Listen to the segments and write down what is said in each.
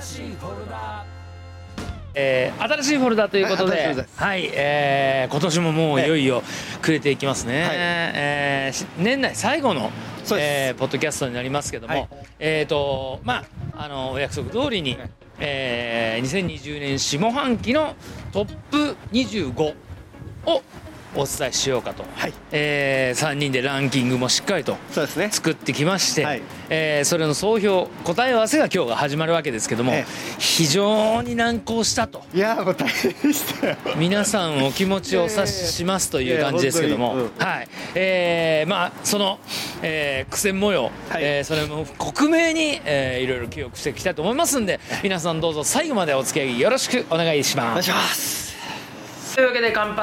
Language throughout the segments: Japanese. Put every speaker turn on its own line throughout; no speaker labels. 新しいフォルダ
えー新しいフォルダということ
はい新しいフォルダ
で
で、
はい、えー今年ももういよいよ暮れていきますね。
はい
えーし年内最後の、
そうです
えーポッドキャストになりますけども、
はい
えっ、とまああのお約束通りに、
はい
えー2020年下半期のトップ25をお伝えしようかと、
はい
え3人でランキングもしっかりと
そうですね
作ってきまして、
はい
えーそれの総評答え合わせが今日が始まるわけですけども、
ええ
非常に難航したと
いやーもう大変でしたよ
皆さんお気持ちをお察ししますという感じですけども、
いやいやいや本
はいえーまあその、えー苦戦模様、えーそれも克明に、えーいろいろ記憶していきたいと思いますんで皆さんどうぞ最後までお付き合いよろしくお願いし
お
ま
願い
す。
します
というわけで乾杯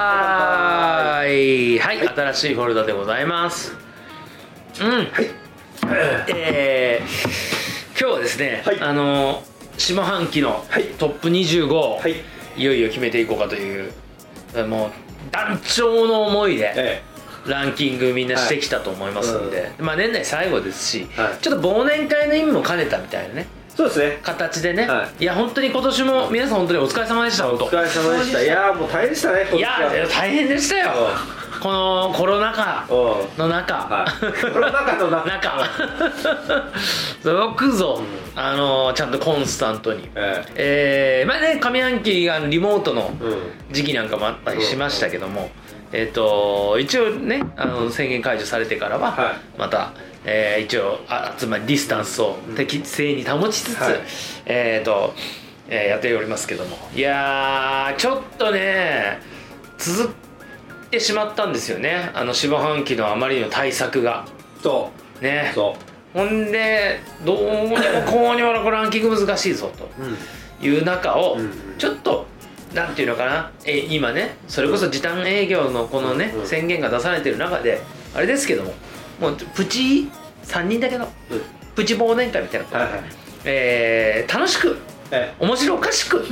はい、新しいフォルダでございますうん、えー今日はですね、
はい
あの下半期の
はい
トップ25を、
はい
い、よいよ決めていこうかというもう断腸の思いで
え
ランキングみんなしてきたと思いますんで、
は
まあ、年内最後ですし、
はい
ちょっと忘年会の意味も兼ねたみたいなね
えそうですね
形でね、、
はい
や本当に今年も皆さん本当にお疲れ様でした本当
お疲れ様でしたいやーもう大変でしたね
いや
今年は
大変でしたよこのコロナ禍
うん
の中、
はいコロナ禍の中
中よくぞ、あのちゃんとコンスタントに
え
えーまあね上半期がリモートの
えうん
時期なんかもあったりしましたけども、えっ、と一応ねあの宣言解除されてから
は
はまた、えー一応あつまりディスタンスを適正に保ちつつ、
はい
えっ、と、えーやっておりますけどもいやーちょっとね続ってしまったんですよねあの下半期のあまりの対策が
そ
ね
うそ
ほんでどうにもこうにもなこれランキング難しいぞと。
ううん
いう中を
うんうん
ちょっとなんていうのかなえ今ねそれこそ時短営業のこのね
うんうん
宣言が出されてる中であれですけどももうプチ3人だけの
うん
プチ忘年会みたいなこと
はいはい
えー楽しく
え
面白おかしく、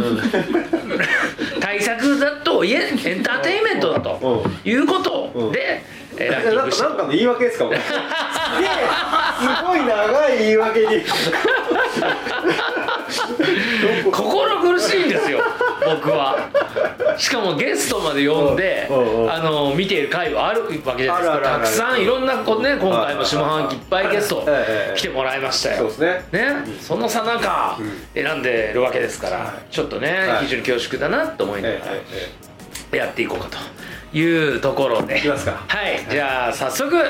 対策だといえエンターテインメントだと
うん
いうことで、えー
え
ランキン
な
グ
ん
して
かなんかの言い訳ですか もうすげえすごい長い言い訳に
心苦しいんですよ僕はしかもゲストまで呼んで
うんうんうん
あの見ている回はあるわけじゃないです
あ
か
るあるある
たくさんいろんなこね今回も下半期いっぱいゲスト
ええ
来てもらいました
そう
よ
ですね
ね、そのさなか選んでるわけですから、ちょっとね、
はい
非常に恐縮だなと思いなが
えええええ
らやっていこうかというところで、
いきますか
はい、じゃあ早速
速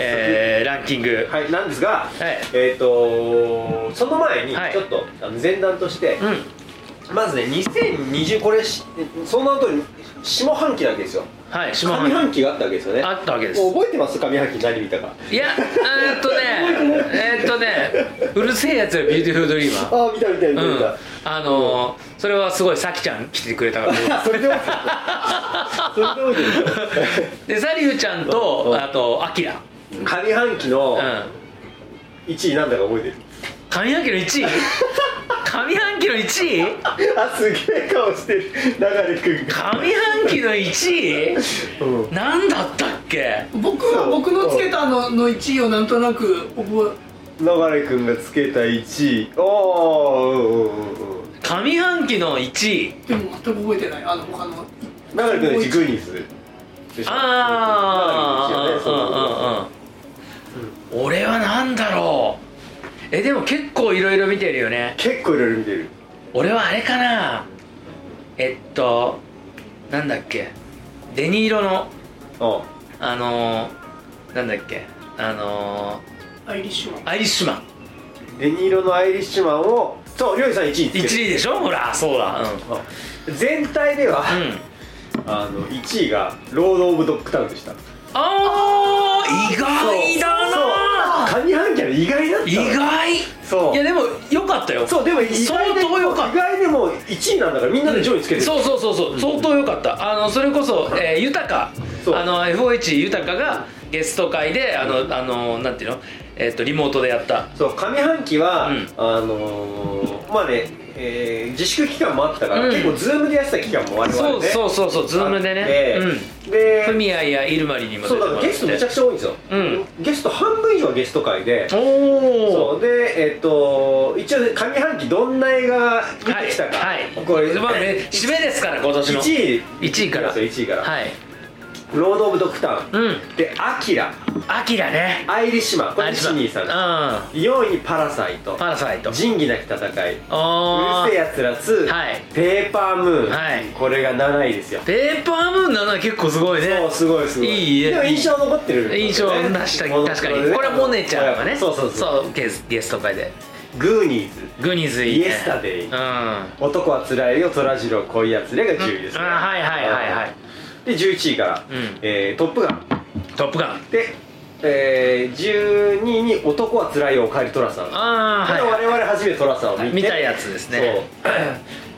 えーランキング
えはいなんです
は
が
い
えっとその前に
はい
ちょっとあの前段として
うん
まずね2020これしその後に下半期なわけですよ
はい下
上
半期
半期があったわけですよね
あったわけです
もう覚えてます上半期何見たか
いや、えーっとね、えーっとね、うるせえやつらビューティフルドリーマー。
ああ見た見た見た見
う
た
ん、あのー、それはすごいさきちゃん来てくれた から。
それでもそれでもい いですよ
で、サリューちゃん
うんう
と、
ん
あと、アキラ。
上半期の
うん。
1位なんだか覚えてる
上半期の1位上半期の1位
あすげえ顔してる流くん
上
が
半期の1
うん
位なんだったっけ
僕は僕のつけたのの1位をなんとなく覚
流れくんがつけた1位おーうんうんうん
上半期の1位
えでも全く覚えてないあの他の
流れくんの1位グーニーズでしょ
ああう
流れくんの一位はね
んうんうん俺はなんだろうえでも結構いろいろ見てるよね
そう結構いろいろ見てる
俺はあれかなえっとなんだっけデニーロの
うん
あのー、なんだっけあの
アイリッシュマン
ー、アイリッシュマン
デニーロのアイリッシュマンをそうりょうじさん1位つけ
1
てる
位でしょほらそうだうん
うん全体では、
うん
あの1位がロード・オブ・ドッグタウンでした
あー意外だな
そう上半期は意外だったの
意外
そう
いやでもよかったよ
そうでも意外で
相当良かった
意外でも1位なんだからみんなで上位つけてる、
そうそうそうそう相当良かったあのそれこそ、えー豊か
そう
あの FOH 豊かがゲスト会であのあのなんていうの、えっとリモートでやった
そう上半期は、
うん
あのーまあね、えー自粛期間もあったから、
うん
結構ズームでやってた期間も我々
そう
ね
そうそうそうズームで
あっ
ね
て
うん
で
フミヤやイルマリにも出
そ
て
う
も
だ
らって
からゲストめちゃくちゃ多いんですよ、
うん
ゲスト半分以上はゲスト会で
お
そ
お
うでえっ、と一応ね上半期どんな映画見てきたか、
はい、はい、
これ、
まあね締めですから今年の
1位
一位から
そう1位から、
はい
ロード・オブ・ドクター、
うん
で「アキラ」
アキラね
「アイリッシュマン」これシニーさん
う
4位に「パラサイト
ん」パラサイト
仁義なき戦い」
あ
うるせえやつら2、
はい
ペーパームーン、
はい
これが7位ですよ、
ーペーパームーンなのは結構すごいね
そうすごいすごい
いいね
でも印象残ってる、
印象なした
もの
確かにこれはモネちゃんがね
そうそうそう
そうゲスゲスト会で
グーニーズ
グニズいいね
イエスタデイ
うんあ
男はつらいよ虎次郎恋やつれが10位です、ね
はいはいはいはい
で11位から、
うん
えートップガン」
トップガン
で、えー12位に「男はつらいよおかえり寅さん」
ああ
これ
は
我々初めて寅さんを見て、
い見たやつですね
そう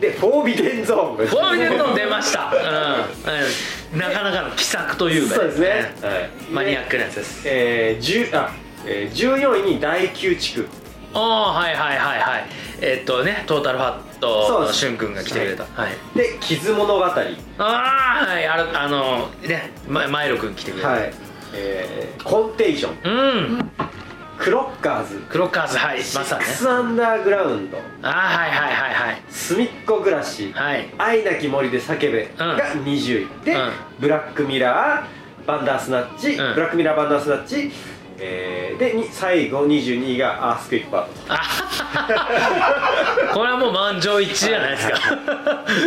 で「フォービデンゾーン」
ゴールデンゾーン出ましたうんうんなかなかの奇策というか
そうですね、はい、
マニア
で
ックなやつです
えー、10あ、えー、14位に大宮地区
ああはいはいはいはいえっとねトータルファット
そう
の
です
しゅんくんが来てくれたはい
で「傷物語」は
ああはいあのあのねまマイロくん来てくれた
い、えーコンテージョン」
うん
「クロッカーズ」
クロッカーズはいま
シッ
さ
ク
ね
スアンダーグラウンド」
ああはいはいはいはい
「すみっこ暮らし」
はい
愛なき森で叫べ」が20位で、
うん
ブラックミラー」「バンダースナッチ」
うん
ブラックミラーバンダースナッチ」えーでに最後22位が「アースクイッパート」
これはもう満場一致じゃないですか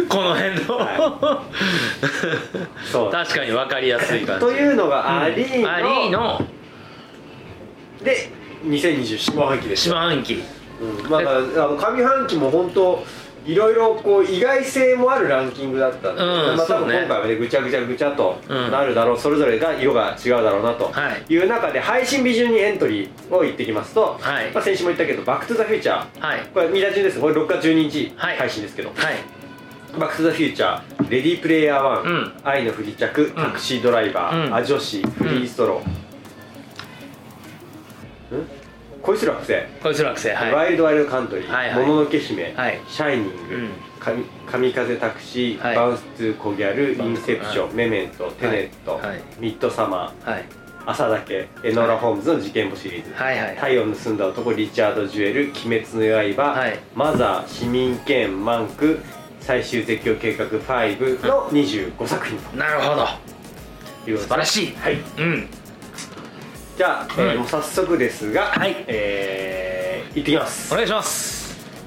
この辺の、
はそう
確かに分かりやすい感じ
というのがアリー
アリー
の、
の
で2020下半期です
四半期
うんまあ、だからあの上半期も本当いろいろこう意外性もあるランキングだったんで、
うん
まあ、多
そう
分
ね
今回はねぐちゃぐちゃぐちゃと
うん
なるだろう、それぞれが色が違うだろうなと
はい
いう中で配信日順にエントリーを言ってきますと、
はい
まあ、先週も言ったけど「バック・トゥ・ザ・フューチャー」
はい
これ見出しですこれ6月12日
はい
配信ですけど「
はい
バック・トゥ・ザ・フューチャー」「レディープレイヤー1」
うん
愛の不時着」「タクシードライバー」
うん
アジョシ」「フリーストロー」ん恋する惑星」
こいつら学生はい
ワイルドワイルドカントリー、
はいはい
もののけ姫、
はい
シャイニング、
うん
神神風タクシー、
はい
バウンス・トゥ・コギャル、
バ
イ
ウン
ン
ストゥ
セプション、
は
メメント、テネット、
はいはい
ミッドサマ
はい
ー、朝だけ、エノラ・ホームズの事件簿シリーズ、
はいはいはい
太陽を盗んだ男、リチャード・ジュエル、鬼滅の刃、
はい
マザー、市民権、マンク、最終絶叫計画5の25作品と
なるほど
いう
素晴らしい
はい、
うん
じゃあ、えー
うん
もう早速ですが、
はい
えー、行ってきます
お願いします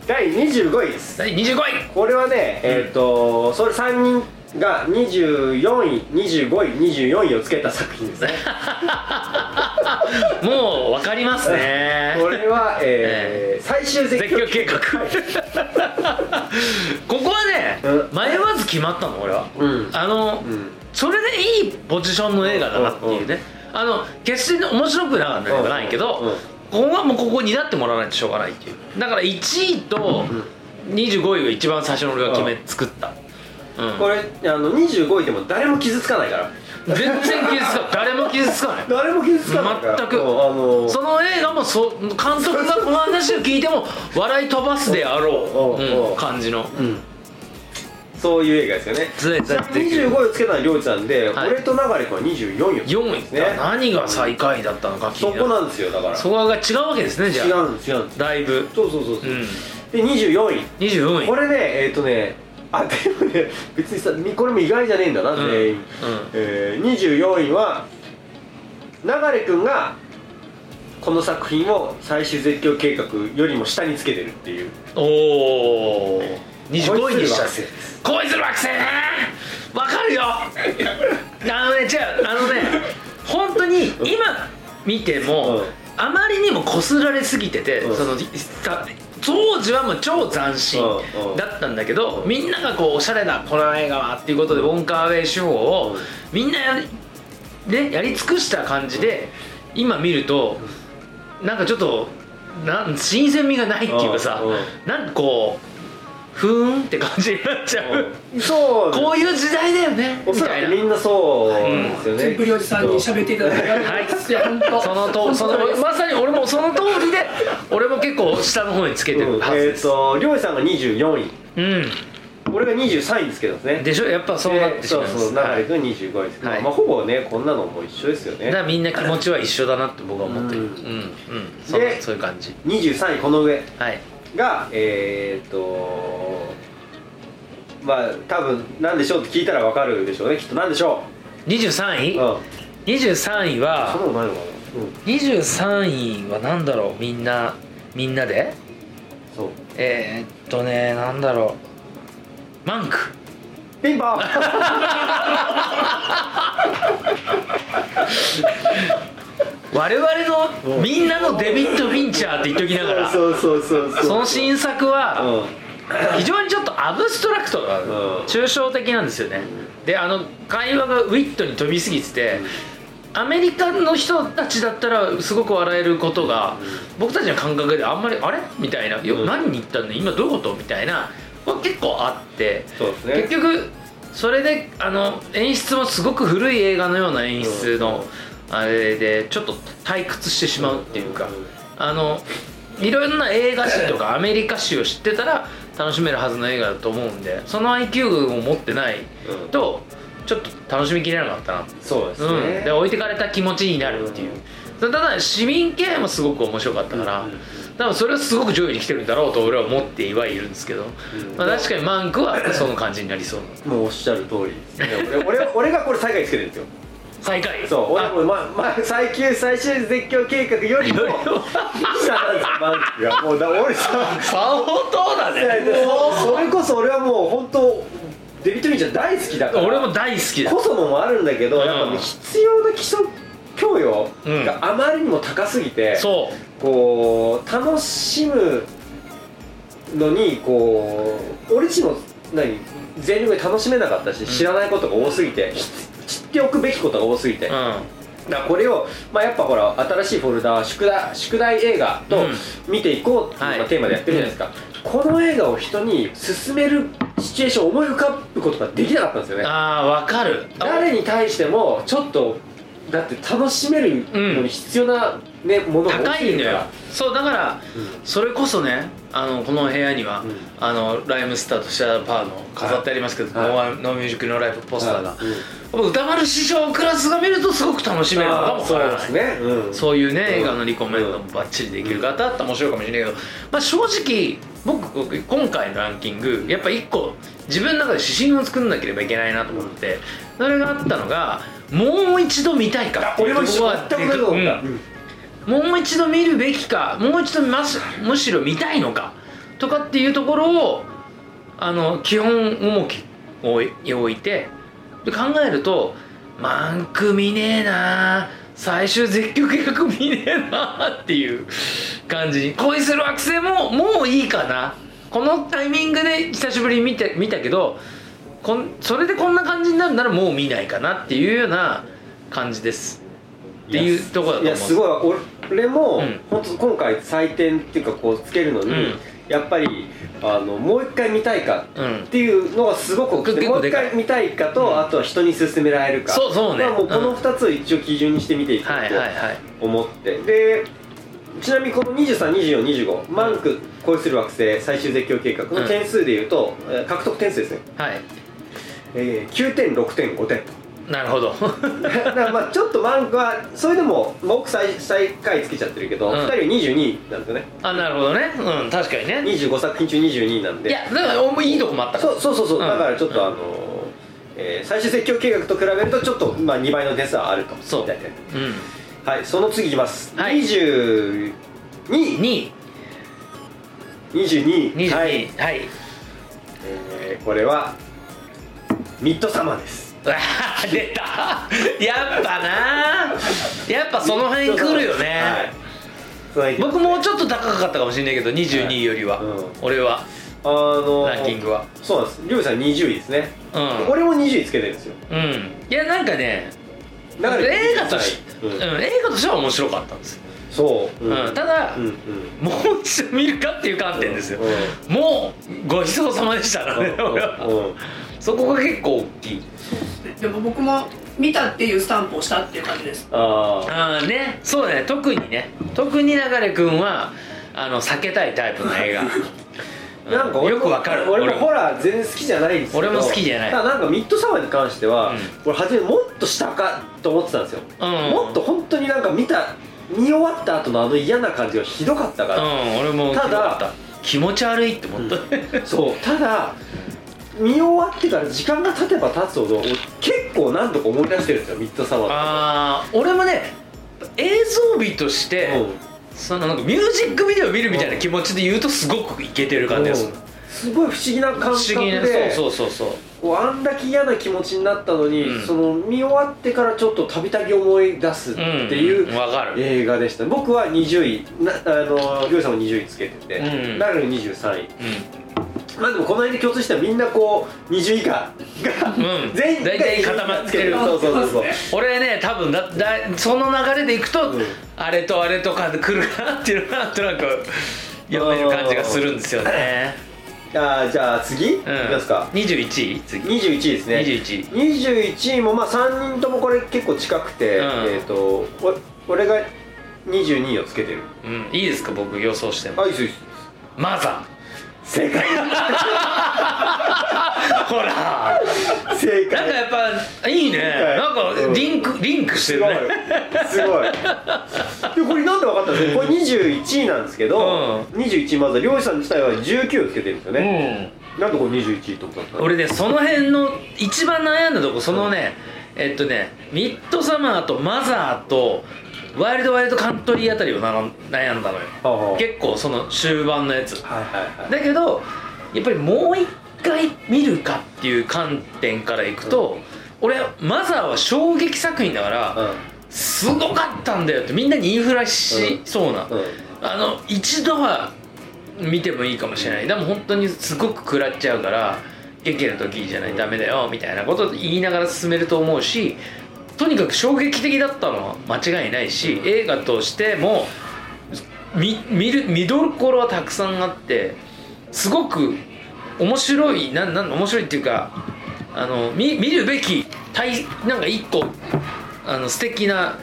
第25位です
第25位
これはね、えっ、と、それ3人が24位、25位、24位をつけた作品 ですね。
もう分かりますね
これは、えー最終絶
絶叫
叫
計
計
画
画。
ここはね、
うん
迷わず決まったの俺は、
うん
あの、
うん
それでいいポジションの映画だなっていうね、あの決して面白くなかったわけじゃないけど、
うんうん
ここはもうここになってもらわないとしょうがないっていうだから1位と25位が一番最初の俺が決め、
う
作った、うん
これ、あの25位でも誰も傷つかないから。
全然傷つかない誰も傷つかない
誰も傷つかないから。
全く
もうあの
その映画もそ監督がこの話を聞いても笑い飛ばすであろう、
うんうん
うん感じの
うんそういう映画ですよね。
ずれずれ
25位をつけたのはりょうちさんで、
はい
俺と流れ君は24位をつけたん
4
で
位
す
だ、
ね。
何が最下位だったのか気
そ
にな
こ
る
なんですよ、だから。
そこが違うわけですねじゃ
違
あ
うんです、違うんです。
だいぶ
そうそうそうそう。
うん
で、24位。
24位
これねえっ、とねあでもね別にさみこれも意外じゃねえんだな
うん
全員、えー、24位は流れ君がこの作品を最終絶叫計画よりも下につけてるっていう
おお25位にした
恋する惑星
恋する惑星ねわか るよあのねじゃああのね本当に今見ても、
うん
あまりにもこすられすぎてて、
うん
そのた当時はもう超斬新
うんうん
だったんだけど、みんながこうおしゃれなこの映画はっていうことで、ウォンカーウェイ手法をみんなやり,、ね、やり尽くした感じで、今見るとなんかちょっとなん新鮮味がないっていうかさ、
うんうん
なんかこうふーんって感じになっちゃう
そう
こういう時代だよね
お
み
そ
た
ら
い
く
な
みんなそうですよね、
全部りょうじさんに喋っていただいた
はい
いや本 当
そのとその
本当です
まさに俺もその通りで俺も結構下の方につけて
うん
る
えっ、
はずです、
とりょうじさんが24位
うん
俺が23位につけたんですね
でしょやっぱそうなってしまいます
そうそう
は
流
い
れ君25位ですけど、
はい
まあ、ほぼねこんなのも一緒ですよ
だから
ね
みんな気持ちは一緒だなって僕は思ってるう
うんん
うんそ
で
そういう感じ
23位この上
はい
がえーっとまあ多分なんでしょうって聞いたらわかるでしょうねきっとなんでしょ
23
う、うん、
位
そ
23位
ん
は
なのないのかなうん
23位は何だろうみんなみんなで
そう
えー、っとね何だろうマンク
ピンポン
我々のみんなのデビッド・フィンチャーって言っときながら
そうそうそうそう
その新作
う
は
ん
非常にちょっとアブストラクトが
うん
抽象的なんですよねであの会話がウィットに飛びすぎててアメリカの人たちだったらすごく笑えることが僕たちの感覚であんまりあれみたいな「よ
うん
何に言ったの今どういうこと?」みたいなこれ結構あって
そうですね
結局それであの演出もすごく古い映画のような演出のあれでちょっと退屈してしまうっていうか
うん
あのいろんな映画史とかアメリカ史を知ってたら楽しめるはずの映画だと思うんでその IQ を持ってない
うん
とちょっと楽しみきれなかったな
そうです
う
ね
ん、で置いてかれた気持ちになるっていう、ただ市民権もすごく面白かったから、
うんうん
多分それはすごく上位に来てるんだろうと俺は思ってはいるんですけど、
ん
まあ、確かにマンクはその感じになりそうな
もうおっしゃる通りですね俺俺俺がこれ最下位つけてるんですよ
最下位
そう俺
あ
も、まま、最急最終絶叫計画よりも下なんですマンクがもうだ俺 さ
相当だ
いや
ね
いやそそれこそ俺はもう本当デビッド・フィンチャー大好きだから
俺も大好きだ
こそのもあるんだけど、
うん
やっぱね必要な基礎教養があまりにも高すぎて、
そう
こう楽しむのにこう俺たちも何全力で楽しめなかったし、知らないことが多すぎてひ知っておくべきことが多すぎて、
うん
だからこれを、まあ、やっぱほら新しいフォルダは宿題宿題映画と見ていこうっていう、
はい
まあテーマでやってるじゃないですか、この映画を人に勧めるシチュエーションを思い浮かぶことができなかったんですよね
ああわかる
誰に対してもちょっとだって楽しめるのに必要な、ねものが多
高
すぎ
いの
るか
よ
ら
そうだから
う
それこそねあのこの部屋には、
うん
あのライムスターとシャーパーの飾ってありますけど「
はい
ノーワンノーミュージックのライブポスターが、
うん
歌丸師匠クラスが見るとすごく楽しめるのかもわ
そ
か
う
らない
ですね、うん、
そういうね、
うん
映画のリコメンドもバッチリできる方だったら面白いかもしれないけど、まあ、正直僕僕今回のランキングやっぱ一個自分の中で指針を作んなければいけないなと思ってそれがあったのがもう一度見たいかっていう
俺も
と
一
ころ
緒
は
全く同じことだった、
う
うんん
もう一度見るべきかもう一度ましむしろ見たいのかとかっていうところをあの基本重きを置いてで考えるとマンク見ねえな最終絶叫計画見ねえなっていう感じに恋する惑星ももういいかなこのタイミングで久しぶりに見て見たけどこんそれでこんな感じになるならもう見ないかなっていうような感じですっていうところだと思う
いやすごい俺も、
うん
本当今回採点っていうかこうつけるのに、
うん
やっぱりあのもう一回見たいか
うん
っていうのがすごく多くて
結構
もう
で
一
かい
回見たいかと、あとは人に勧められるか
そうそうね
まあもうこ
うん
の2つを一応基準にして見ていこ
は
う
いはいはい
と思って、でちなみにこの232425マンク恋する惑星最終絶叫計画の点数でいうと、えー獲得点数ですね、
はい
えー、9.6.5点
なるほど
だからまあちょっとマンクはそれでも僕最最下位つけちゃってるけど、
うん
2人は22位なんですよね
あなるほどねうん確かにね
25作品中22位なん
い
で
やだからお前いいとこもあったから
そうそうそうそう、
うん
だからちょっ
うん
とあのえー最終説教計画と比べるとちょっと、まあ、2倍の点数はあると
そう
みたいな
うん
はいその次いきます、
はい
22位
2位
22
22
位
位
は
はい
い、、えーこれはミッドサマーです
うわー出た やっぱなやっぱその辺来るよね、
はいその辺
僕もうちょっと高かったかもしれないけど22位よりは、
はいうん
俺は
あの
ランキングは
そうなんですりょうじさん20位ですね、
うん
俺も20位つけてるんですよ
うんいやなんかね
だから
映画とし
う
うん
ん
映画としては面白かったんですよ
そう、
うんただ、
うんうん
もう一度見るかっていう観点ですよ
うん、
もうごちそうさまでしたからね、俺は
うんうん
そこが結構大きい
でも僕も見たっていうスタンプをしたっていう感じです
ああ
ああねそうだね特にね特に流れ君はあの避けたいタイプの 映画うん
なんか俺も
よくわかる
俺もホ
も
ラー全然好きじゃないんですけど
俺も好きじゃない
ただなんかミッドサマーに関しては、
うん
俺初めもっと下かと思ってたんですよ、
うん
もっと本当になんか見た見終わった後のあの嫌な感じがひどかったから、
うん俺も
ただ
よかった気持ち悪いって思った、
そうただ見終わってから時間が経てば経つほど俺結構何度か思い出してるんですよミッドサマー
ああ俺もね映像美として、
うん
そのなんかミュージックビデオ見るみたいな気持ちで言うとすごくいけてる感じです
うんすごい不思議な
不
感
思
覚
議な
で
そうそうそうそう
こうあんだけ嫌な気持ちになったのに、
うん
その見終わってからちょっとたびたび思い出すっていう、
うんわかる
映画でした僕は20位なあのりょうさんも20位つけてて、
うん
なるに23位
う
まあでもこの辺で共通したらみんなこう20位以下が、
ん、うん、
全員
大体固まってる
そうそうそうそう
俺ね多分だだその流れでいくと、
うん
あれとあれとかで来るかなっていうのがなんとなく読める感じがするんですよね
あーじゃあ次、
うん
いきますか
21位次
21位ですね
21
21位もまあ3人ともこれ結構近くて、
うん
えっ、とお俺が22位をつけてる
うんいいですか僕予想しても
あいいっすいいっす
マザ
正解
ーほらな
正
んか
解
やっぱいいね
い
なんかリンクリンクして
す
る
ごい
ね
すごいでこれなんで分かったんですかこれ21位なんですけど、21位まずは漁師さん自体は19をつけてるんですよね、なんでこれ21位と思ったんですか
俺ねその辺の一番悩んだとこそのね、えっとねミッドサマーとマザーとワイルドワイルドカントリーあたりをなの悩んだのよ
はあはあ
結構その終盤のやつ
はいはいはい
だけどやっぱりもう一回見るかっていう観点からいくと、俺マザーは衝撃作品だから、すごかったんだよってみんなにインフラしそうな、
うんうん
あの一度は見てもいいかもしれないでも本当にすごく食らっちゃうから劇の時じゃないダメだよみたいなことを言いながら進めると思うしとにかく衝撃的だったのは間違いないし、映画としても見見る見どころはたくさんあってすごく面白いなんなん面白いっていうかあの見見るべき対なんか一個あの素敵な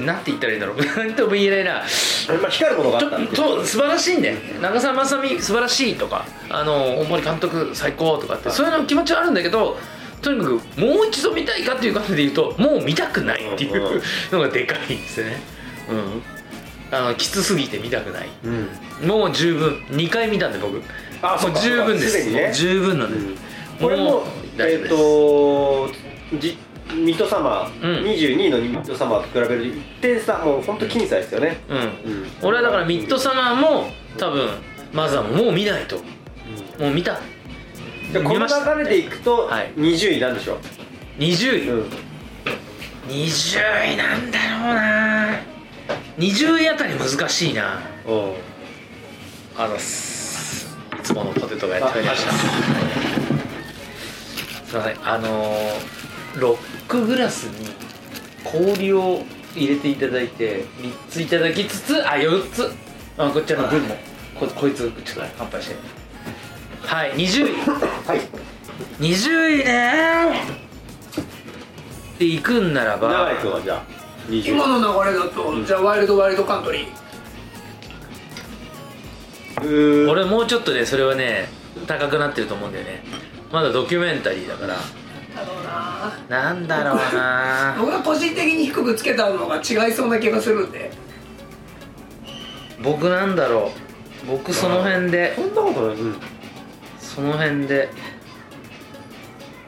なんて言ったらいいんだろう なんとも言えないな
うんまあ光るものがあったんで
とと素晴らしいんだよ長澤まさみ素晴らしいとかあの大森監督最高とかってそういうの気持ちはあるんだけどとにかくもう一度見たいかっていう感じで言うともう見たくないっていう
うんうん
のがでかいんですよねうんあのきつすぎて見たくない
うん
もう十分2回見たんで僕
あそ
もう
っか
十分です
すでにね
もう十分なんです、
これ
もう
も
大丈
え
夫
っ、
です
とじミッドサマー、
うん
22位のミッドサマーと比べると1点差もう本当僅差ですよね、
うん
うん
俺はだからミッドサマーも多分マザーももう見ないともう見た
じゃあこ
見
の
ました
流れでいくと
はい
20位なんでしょう、
20位、
うん
20位なんだろうな20位あたり難しいな
うん
あのすいつものポテトがやってまいりましたすいませんあのーロックグラスに氷を入れていただいて3ついただきつつあ4つあこっちの分もここいつちょっと乾杯してはい20位
はい
20位ねで行くんならば
長井君はじゃあ20
今の流れだと、じゃあワイルドワイルドカントリー
うー
俺もうちょっとねそれはね高くなってると思うんだよねまだドキュメンタリーだから
だろうな
なんだろうな
僕が個人的に低くつけたのが違いそうな気がするんで
僕なんだろう僕その辺で
そんなことない、うん、
その辺で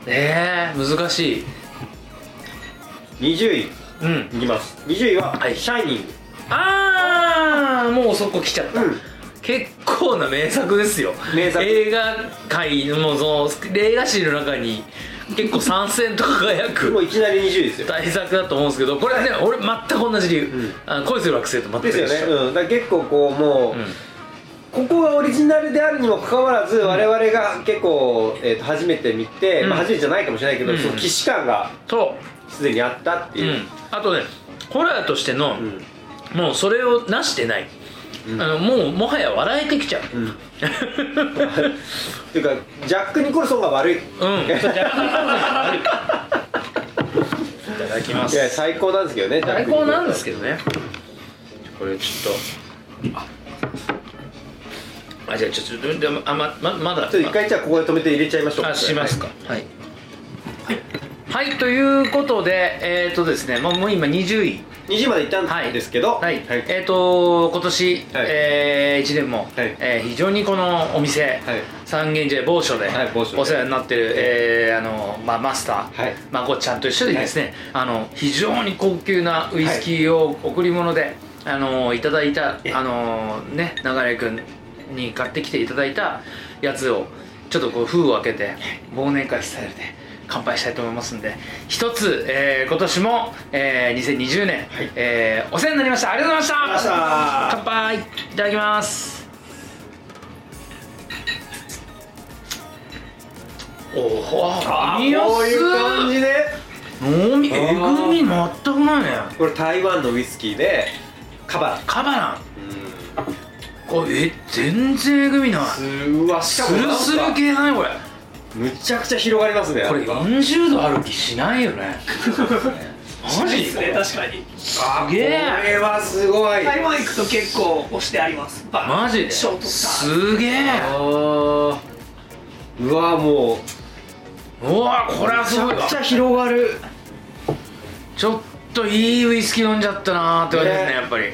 えー、難しい
20位
うん
いきます20位は、
はい
シャイニング
ああもうそこ来ちゃった、
うん
結構な名作ですよ
名作
映画界のもうその映画史の中に結構参戦と輝く
もういきなり20位ですよ
対策だと思うんですけどこれはね俺全く同じ理由、
うん
あの恋する惑星と全く
で
一
す
緒
よね、うん、だから結構こうもう、
うん
ここがオリジナルであるにもかかわらず、我々が結構、えー、と初めて見て、
うん
まあ、初めてじゃないかもしれないけど、
うん
その既視感が
と、
すでにあったって
う
い
ん
う、、
あとねホラーとしての
うん
「もうそれをなしてない、
うん
あのもうもはや笑えてきちゃう
うんっていうかジャック・ニコルソンが悪い
うん、じゃあいただきま
い
す
や最高なんですけどねジャッ
最
クニコ
高
ルソン
なんですけどねこれちょっとああじゃあちょっとでもあまままだ
ちょっと一回じゃあここで止めて入れちゃいましょう
あしますかはいはい、ということでえっ、とですねもうもう今20位
2時まで行った
はい
んですけど
はい、
はい
えっ、と今年、え1年も、えー非常にこのお店、
はい
三軒茶屋某所で、
はい某所で
お世話になってる、えーあのまあ、マスター、
はい
まこっちゃんと一緒でですね、あの非常に高級なウイスキーを贈り物で、あのいただいた
え
あのね流れ君に買ってきていただいたやつをちょっとこう封を開けて忘年会スタイルで乾杯したいと思いますんで一つ、えー今年も、えー2020年、えーお世話になりましたありがとうございました
あ
乾杯いただきますおお
ー
飲みや
こう
す
いう感じで
い飲みえぐみ全くないね
これ台湾のウイスキーでカバ
カバラン
ーうん
これえ全然えぐみないう
わし
ス
かもなん
ル
か
スル系だねこれ
むちゃくちゃ広がりますね
これ40度ある気しないよねマジ
ですね確かに
すげ
こ
え
れはすごい
台湾行くと結構押してありますバーン
マジで
ショートスター
すげえ
あーうわもう
うわこれはすごいわ
広がる
ちょっといいウイスキー飲んじゃったなーって感じですね
ね
やっぱり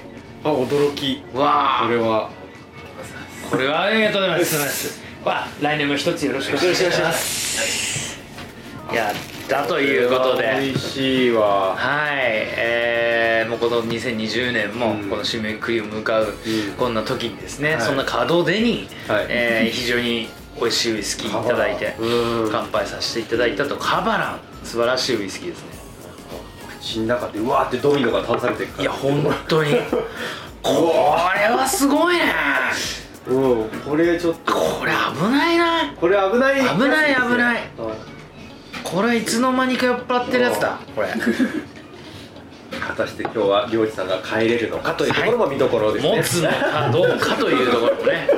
あ驚き
うわ
こ
あ
れは
これはありがとうございます。は来年も一つよろしくお願いします。いやだということ
これは美
で。
味しいわ
はい、えーもうこの2020年も
うん
この締めくくりを迎う
うん
こんな時にですね、
はい
そんな門出に、
はい
えー非常に美味しいウイ スキーいただいて
うん
乾杯させていただいたとカバラン素晴らしいウイスキーですね
口の中でうわーってドミノが倒されてるから
いや本当 にこれはすごいね
うんこれちょっと
これ危ないな
これ危ない
危ない危ない
はい
これいつの間にか酔っ払ってるやつだこれ
果たして今日は漁師さんが帰れるのかというところも見どころですね
持つのかどうかというところもね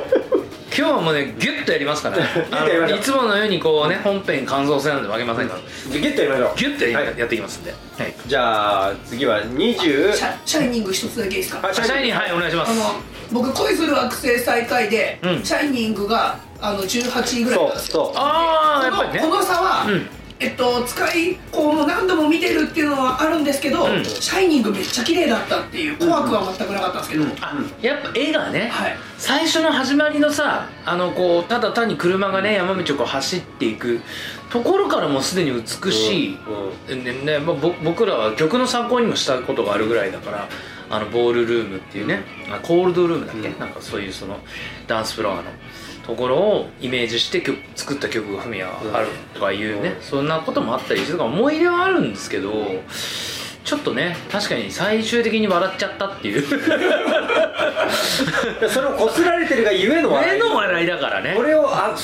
今日はもうねギュッとやりますからね
ュッとやりま
あ
しょ
の
う
いつものようにこうね本編感想戦なんで負けませんから
ギュッとやりましょう
ギュッとやり
はい
やっていきますんではい
じゃあ次は20
シャシャイニング一つだけいいですか
あ
シャイニーはいお願いしま
あの
す
僕恋する惑星最下位で、
うん
シャイニングがあの18位ぐらいなん
そう
です
そう
よ
ああやっぱりね
このこの差は、
うん
えっと、使いこうも何度も見てるっていうのはあるんですけど、
うん
シャイニングめっちゃ綺麗だったっていう怖くは全くなかったんですけど、
うん
あやっぱ絵がね、
はい
最初の始まりのさあのこうただ単に車がね山道をこう走っていくところからもうすでに美しい、ねねまあ、ぼ僕らは曲の参考にもしたことがあるぐらいだからあのボールルームっていうね、あコールドルームだっけ、
うん
なんかそういうそのダンスフロアのところをイメージして曲作った曲がフミヤはあるとかいうね、
うん
そんなこともあったりするから思い入れはあるんですけどちょっとね確かに最終的に笑っちゃったっていう
うんそれをこすられてるがゆえの笑
俺
い
の笑いだからね
これをあ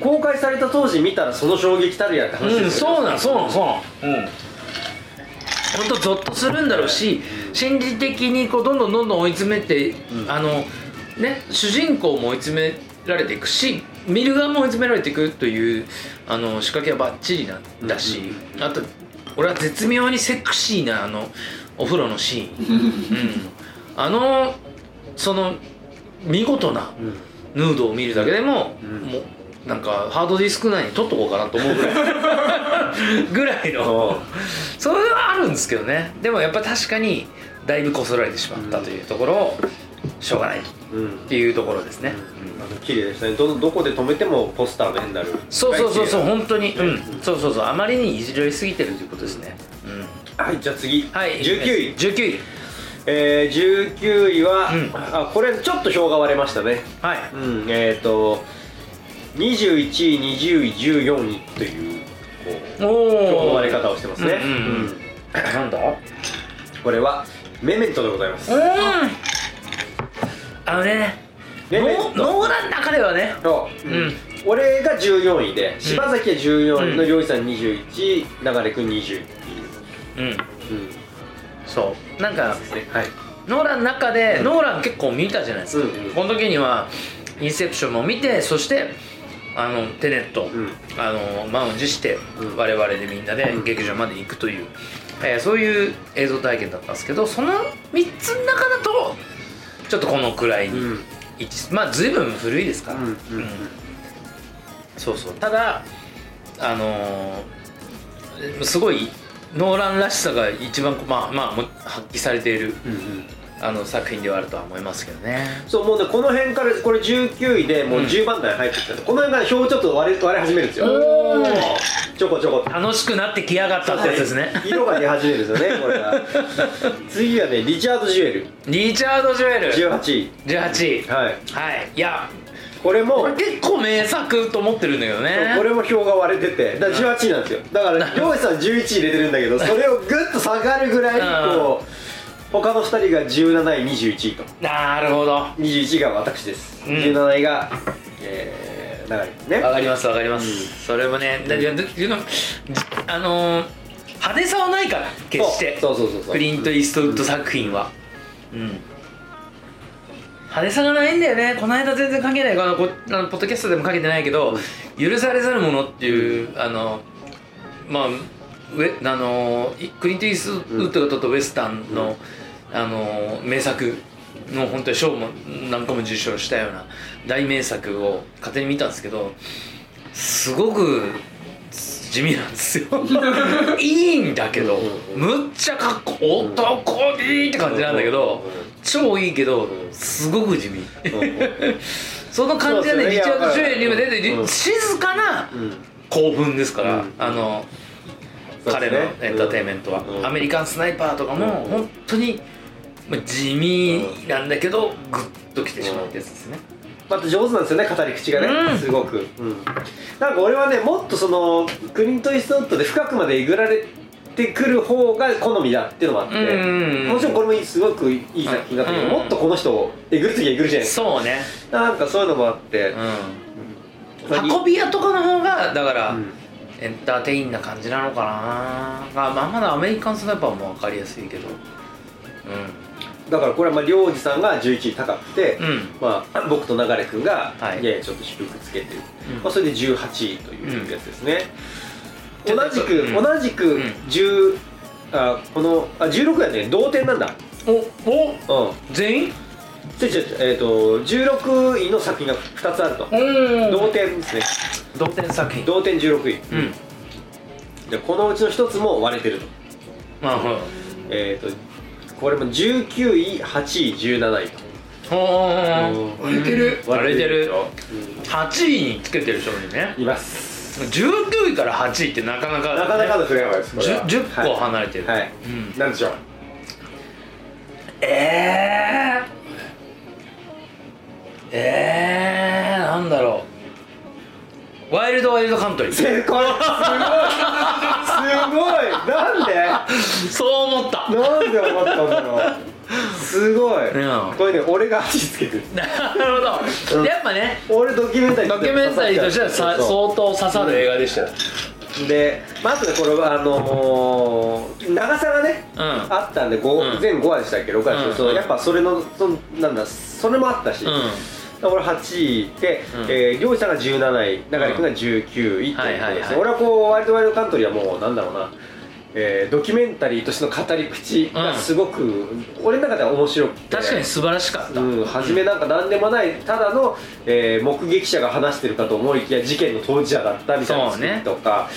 公開された当時見たらその衝撃たるやって話
うん、
ですよね
そうなんそうなんそうなんうん本当ゾッとするんだろうし心理的にこうどんどんどんどん追い詰めて、
ん
あのね主人公も追い詰められていくし見る側も追い詰められていくというあの仕掛けはバッチリなんだし、あと俺は絶妙にセクシーなあのお風呂のシーン、うん、あのその見事な
うん
ヌードを見るだけでも、
ん
もうなんかハードディスク内に撮っとこうかなと思うぐらいぐらいの
そ
それはあるんですけどねでもやっぱ確かにだいぶこすられてしまったというところをしょうがないっ
ううん
ていうところですね、
あの綺麗でしたねどどこで止めてもポスターの絵になる
そうそうそうそう
はい
本当にうんそうそうそうあまりにいじりすぎてるということですね、うん、
はいじゃあ次、
はい
19位、
19位
えー、19位は、
うん
あこれちょっと票が割れましたね
はい
うんえっ、ー、と21位20位14位というこう
お
票の
お
割れ方をしてますね、
うんうんうん
うん
なんだ
これはメメントでございます
うんあのね
メ
ノ
メン
ー
ト
ノーランの中ではね
そう、
うん
俺が14位で柴崎が14位の
うん
漁師さん21位流れ君20位っていう
うん
うん
そうなんか
ですねはい
ノーランの中で、
うん
ノーラン結構見たじゃないですか、
うんうん
この時にはインセプションも見てそしてあのテネット、
うん
あの満を持して
うん
我々でみんなで
うん
劇場まで行くという、えーそういう映像体験だったんですけどその3つの中だとちょっとこのくらいに、
うん
位置すまあ随分古いですから、
うんうんうん
そうそうただあのーすごいノーランらしさが一番まあまあも発揮されている
うんうん
あの作品ではあるとは思いますけどね
そうもうねこの辺からこれ19位でもう
うん
10番台入ってきたとこの辺から表ちょっと割れ割れ始めるんですよ
おー
ちょこちょこって
楽しくなってきやがったってやつですね
色が出始めるんですよねこれ が次はねリチャード・ジュエル
リチャード・ジュエル
18位
18
はい
はいいや
これも
これ結構名作と思ってるんだけどね
これも票が割れててだから18位なんですよだ から漁師さん11位入れてるんだけどそれをグッと下がるぐらいこう他の2人が17位21位と
なるほどわ
21位が私です、
うん
17位がえー、流れね
かりますわかります、
うん
それもねだいやででもあのー派手さはないから決して
そうそうそうそう
クリント・イーストウッド作品はうん、派手さがないんだよねこの間全然関係ないからこあのポッドキャストでもかけてないけど「許されざる者」っていう、あのまあ上あのいクリント・イーストウッドが撮ったウエスタンの、あの名作の本当に賞も何個も受賞したような大名作を勝手に見たんですけどすごく地味なん ですよいいんだけど
うん
むっちゃかっこ男にって感じなんだけど超いいけどすごく地味
うんうん
その感じがね
そう
リチ
ですね
ャード・ジュエルにも出
うん
て静かな
うん
興奮ですから、
うん
あの
そう
彼
です
の
ね
エンターテインメントは、
うん
アメリカンスナイパーとかも
うん
本当にまあ地味なんだけどグッときてしまうってやつですね、
また上手なんですよね語り口がね、
うん
すごく、うん、なんか俺はねもっとそのクリント・イーストウッドで深くまでえぐられてくる方が好みだっていうのもあって、
うんうんうん
もちろんこれもすごくいい作品だったけど、
うんうん
もっとこの人をえぐる時はえぐるじゃないです
そうね、
かなんかそういうのもあって、
うん、運び屋とかの方がだから、
うん
エンターテインな感じなのかなあまあまだアメリカンスナイパーも分かりやすいけどう
だからこれはまあ良二さんが11位高くて、
んうん
まあ、僕と流れ君が、
はい
ややちょっと低くつけてる、
うん
まあ、それで18位というやつですね、
うん
同じく、
うん
同じく
うん
10、あこのあ16位はね同点なんだ
おお
うん
全員
ちょいちょいちょいえっ、と16位の作品が2つあると、同
同
点ですね
同点作品
同点16位
うん
でこのうちの1つも割れてると
まあほら
えっ、とこれも19位8位17位と
ほー
うん
割れてる
割れてる
う
8位につけてる商品ね
んいます
19位から8位ってなかなか
なかなかのフレーバーですこれは
10, 10個離れてる、
はい、はい
うん
なんでしょう
えー、えー、なんだろうワイルドワイルドカン トリー
成功すごいすごいなんで
そう思った
なんで思ったんだろうすごい
うん
これね俺が味付けてる
なるほど、
うん
やっぱね
俺ドキュメンタリー
ドキュメンタリーとしてはさ
そう
相当刺さる映画でしたよ
でまずねこれはあのー長さがね、
うん
あったんで、五
うん
全5話でしたっけ6話でしたっけ
うん
そのやっぱそれのそのなんだそれもあったし、
う
俺8位で、
うん
えー両者が17位流君が19位っていうことですね、
はいはいはい
俺はこう「ワイルド・ワイルド・カントリー」はもうなんだろうなえードキュメンタリーとしての語り口がすごく、俺の中では面白く
ん
て
確かに素晴らしかった、
うん、初めなんか何でもないただの、えー目撃者が話してるかと思いきや事件の当事者だったみたいな
そうね
とか、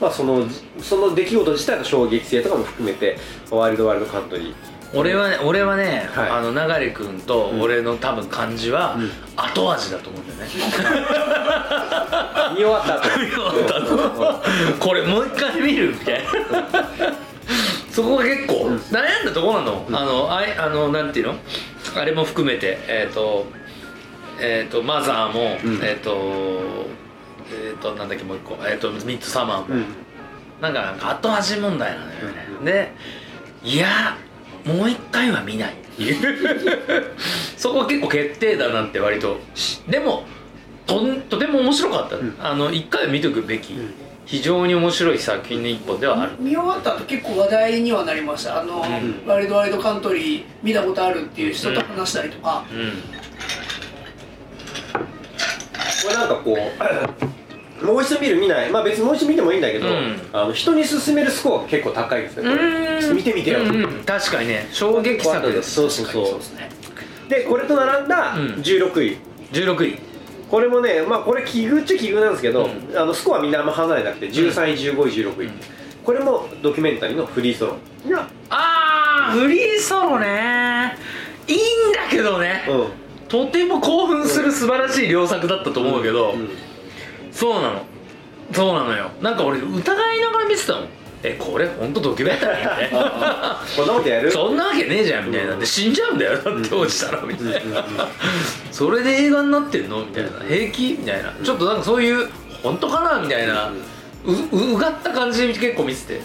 まあ、そのその出来事自体の衝撃性とかも含めてワイルドワイルドカントリー
俺はね俺はね、
はい
あの流れ君と俺の多分感じは
うん
後味だと思うんだよね、
見終わった後
見終わった後これもう一回見るみたいなそこが結構
うん
悩んだとこなの、あのあいあのなんていうのあれも含めてえっ、とえっ、とマザーも、
うん
えっ、とえっ、となんだっけもう一個えっ、とミッドサマーも、
うんうん
なんかなんか後味問題なのよね、
うんうん
でいやもう一回は見 ないっていうそこは結構決定だなって割としでもとんとても面白かった、
ん
あの一回は見とくべき非常に面白い作品の一本ではある
見終わった後結構話題にはなりましたあの、
ん
ワイルドワイルドカントリー見たことあるっていう人と話したりとか、
う
これなんかこう もう一度見る見ないまあ別にもう一度見てもいいんだけど、
うん
あの人に勧めるスコアが結構高いですねこれ見てみてよ、
うんうん確かにね衝撃作です
そうそうそう
そうですね
でこれと並んだ
うん
16位、
16位
これもねまあこれ奇遇っちゃ奇遇なんですけど、
う
あのスコアみんなあんま離れなくて13位15位16位、これもドキュメンタリーのフリーソロが、
あーフリーソロねいいんだけどね、
うん
とても興奮する素晴らしい良作だったと思うけど、
うん
そうなのそうなのよなんか俺疑いながら見てたもんえこれ本当ドキュメンタリーみたいな
こんなこと やる
そんなわけねえじゃんみたいな
うん
で死んじゃうんだよだって落ちたらみたいな
うんうんうん
それで映画になってんのみたいな平気みたいなちょっとなんかそういう本当かなみたいな
う
うんううがった感じで結構見てて
うん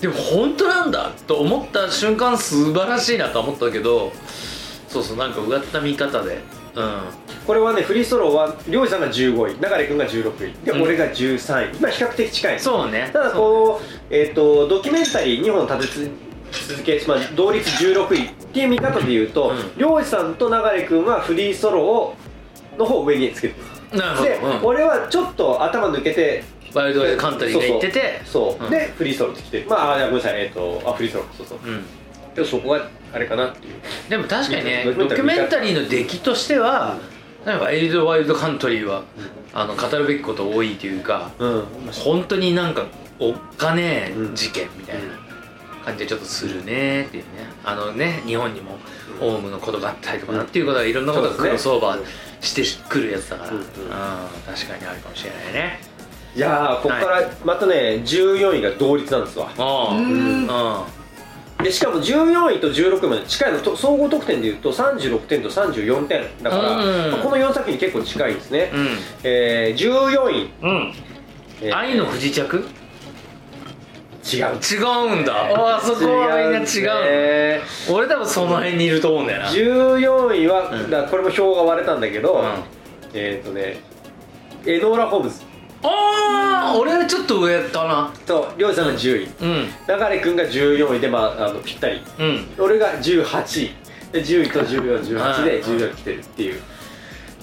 でも本当なんだと思った瞬間素晴らしいなと思ったけどそうそうなんかうがった見方でうん
これはねフリーソロは亮司さんが15位流君が16位で、
うん
俺が13位まあ比較的近い
そうね
ただ
そう
こう、えっとドキュメンタリー2本立てつ続け、まあ、同率16位っていう見方で言うと
うん
漁師、さんと流君はフリーソロをの方を上につけてる
なるほ
で、
ど、うん、
俺はちょっと頭抜けて
ワイルドワイルドカントリーで行ってて
そうそう、
うん
でフリーソロってきてまああごめんなさいえっ、とあフリーソロそうそう
うん
でもそこはあれかなっていう
でも確かにね
ド
ド
キ
キ
ュ
ュ
メンタリ
メ
ー
ンタリーの出来としては例えば「エイド・ワイルド・カントリーは」あの語るべきこと多いというか
うん、
本当になんかおっかね
うん
え事件みたいな感じでちょっとするねっていうねあのね日本にもオウムのことがあったりとかなんていうことがいろんなことが
そう
ク
ですね
ロスオーバーしてくるやつだから、
う
うんん
うん
確かにあるかもしれないね
いやーここからまたね14位が同率なんですわ
あ
う
うん
ん
でしかも14位と16位まで近いのと総合得点でいうと36点と34点だから、
うん
まあこの4作品結構近いですね、
うん
えー、14位、
うん、
えー
愛の不時着
違う
違うんだ、ああそこはみんな違うの
違う
俺多分その辺にいると思うんだよな
14位は、
うん
だからこれも票が割れたんだけど、
うん
えっ、とねエノーラ・ホームズ
ああ俺はちょっと上だな
とりょうさんが10位
うん
流君が14位で、まあ、あのぴったり
うん
俺が18位で10位と1418で
うん
14来てるっていう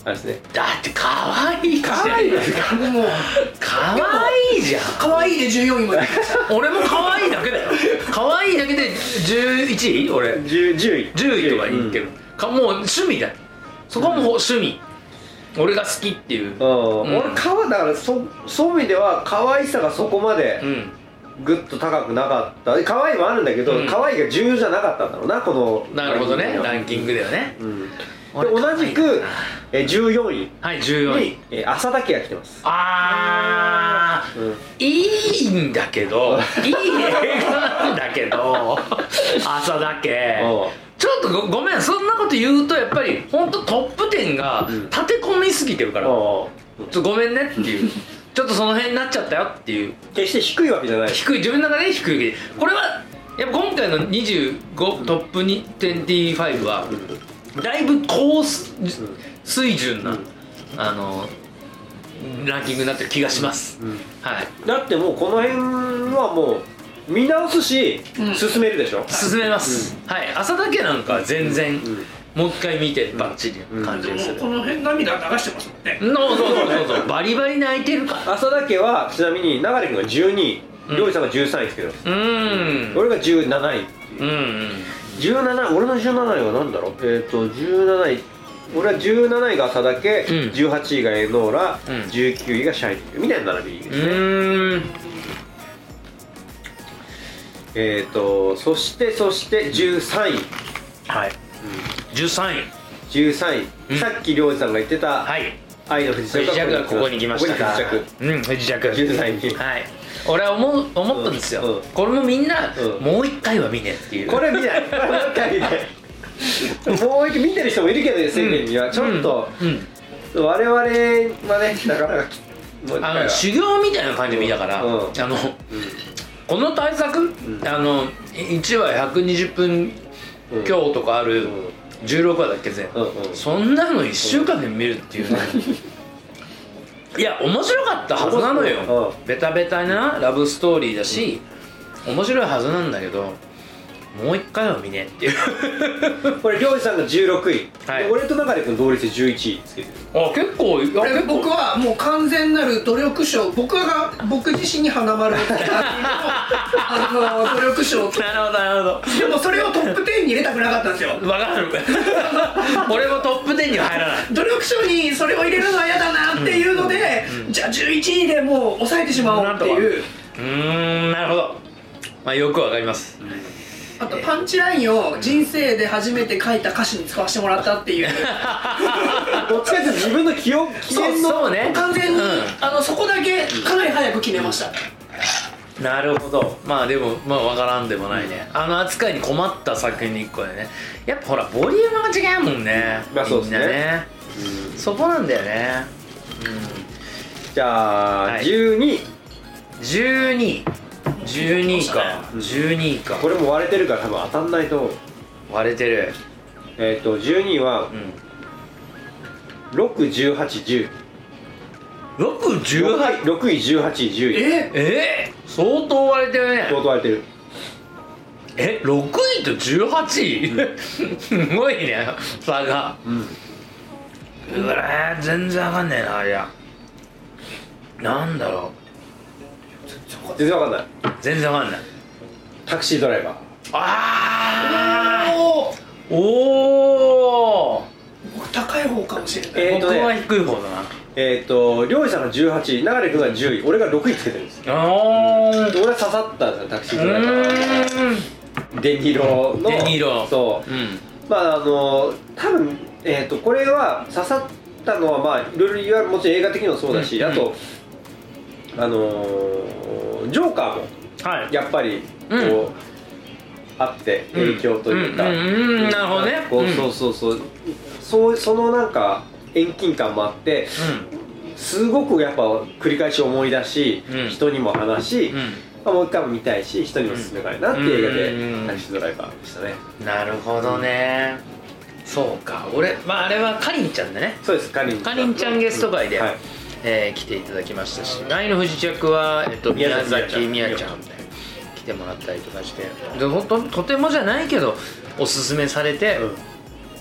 あれですね
だって可愛いか
可愛いですか
僕も
可愛いじゃん
可愛いで14位まで 来ました
俺も可愛いだけだよ可愛いだけで11位俺
10, 10位
10位とかにいってる、
うん
かもう趣味だよそこはもう趣味、俺が好きっていうう
う、
んうん
俺かわだからそそういう意味では可愛さがそこまで
ん
グッと高くなかった可愛いもあるんだけど、
うん
可愛いが重要じゃなかったんだろうなこの
なるほどねランキングだよね
うんで
俺可
同
愛
じ
いな
くえー14位
はい14位
にえー浅田家が来てます、
ああ
うん、
いいんだけ どいい映画なんだけど朝だけ
うん
ちょっとごごめんそんなこと言うとやっぱり本当トップ10が
うん
立て込みすぎてるから、
うん
ちょっとごめんねって いうちょっとその辺になっちゃったよっていう
決して低いわけじゃない
低い自分の中で低いこれはやっぱ今回の25トップに25はだいぶ高す水準な、あのランキングになってる気がします、
うん
はい
だってもうこの辺はもう見直すし、
うん
進めるでしょ、
進めます、はい朝だけなんかは全然、
ん
もう一回見てバッチリな感じ
で
がする、
もこの辺涙流してますもんね
そうそうそうそうバリバリ泣いてるから
浅田家はちなみに流君が12位
うん
料理さんが13位ですけど、
うーん
俺が17位
うんうん
17俺の17位は何だろうえっ、と17位俺は17位が浅田
う
家、
ん
18位がエノーラ、
うん
19位がシャイニングみたいな並びです
う
ね、
ーん
えっ、とそしてそして13位、
はい13位
13位、
うん
さっき亮司さんが言ってた、
はい
愛の不時
不時
着
着がここに来ました
ここに不時
うん不時着
13位
はい俺は思う思ったんですよ、
うんうん
これもみんな、
うん
もう一回は見ねっていう
着これ見ないこれもう一回見ないもう一回見てる人もいるけど世間には、ちょっと、
うんうん
我々はねなかなかきもう一
あ
回は
の修行みたいな感じで見たから、
うんうん
あのこの対策、あの1話120分
うん
強とかある
うん
16話だっけ全、
うんうん
そんなの1週間で見るっていうね、いや面白かったはずなのよ、
う
ベタベタなラブストーリーだし、面白いはずなんだけどもう一回は見ねえっていう
これ、りょうじさんが16位、
はい
で俺と流れ君同率11位つけてる。
あ結構いや
俺
結構
僕はもう完全なる努力賞僕が僕自身に花丸をつけたっていうのをあの努力賞を
なるほどなるほど
でもそれをトップ10に入れたくなかったんですよ
わか る俺もトップ10には入らない
努力賞にそれを入れるのは嫌だなっていうので、じゃあ11位でもう抑えてしまおうっていう
うーんなるほどまあよくわかります
あとパンチラインを人生で初めて書いた歌詞に使わせてもらったっていう
どっちかっていうと自分の記憶、記
そう
念の。
そうね
完全に、
うん
あのそこだけかなり早く決めました、
なるほどまあでもまあわからんでもないね、あの扱いに困った作品の一個でねやっぱほらボリュームが違うもんね、
まあそうで
みん
す
な
ね
ね
うん
そこなんだよね
じゃあ、
はい
12位。
1212位か
うん
12位か
これも割れてるから多分当たんないと思う。
割れてる
えっ、と、12位は
う、ん
6、18、10。
618
6位、18位、10位。
え
えー、相当割れてるね
相当割れてる。
え6位と18位すごいね差が
うん。
うわー全然わかんねえなあいやなんだろ
全然わかんない。
う全然わかんない
タクシードライバー。
あー
お
おー
僕高い方かもしれない
えー
僕
とね
は低い方だ
えっ、と、りょうじさんが18位、流れ君が10位、俺が6位つけてるんですよ。
なあー
俺は刺さったんですよ、タクシー
う
ドライバーは。
ーん
デニロの。
デニロ
そう
う。ん
まああの多分えっ、とこれは刺さったのはまあいろいろいわゆるもちろん映画的にもそうだし、
うん
あとあのージョーカーも
はい
やっぱりこう、
うん
あって影響というか、
うんうんうんうんなるほどね
こう
うん
そうそうそうそうそのなんか遠近感もあってすごくやっぱ繰り返し思い出し、
うん
人にも話し、
うん、
まあ、もう一回も見たいし人にも勧めたいなっていう
うん
映画で「タクシードライバー」でしたね
うん、なるほどねそうか俺、まあ、あれはかりんちゃんだね
そうですかりん
かりんちゃんゲスト会で、
はい
えー来ていただきましたし「愛の不時着は」えっと、宮
宮崎
崎みやちゃんで来てもらったりとかしてでほんととてもじゃないけどおすすめされて、
うん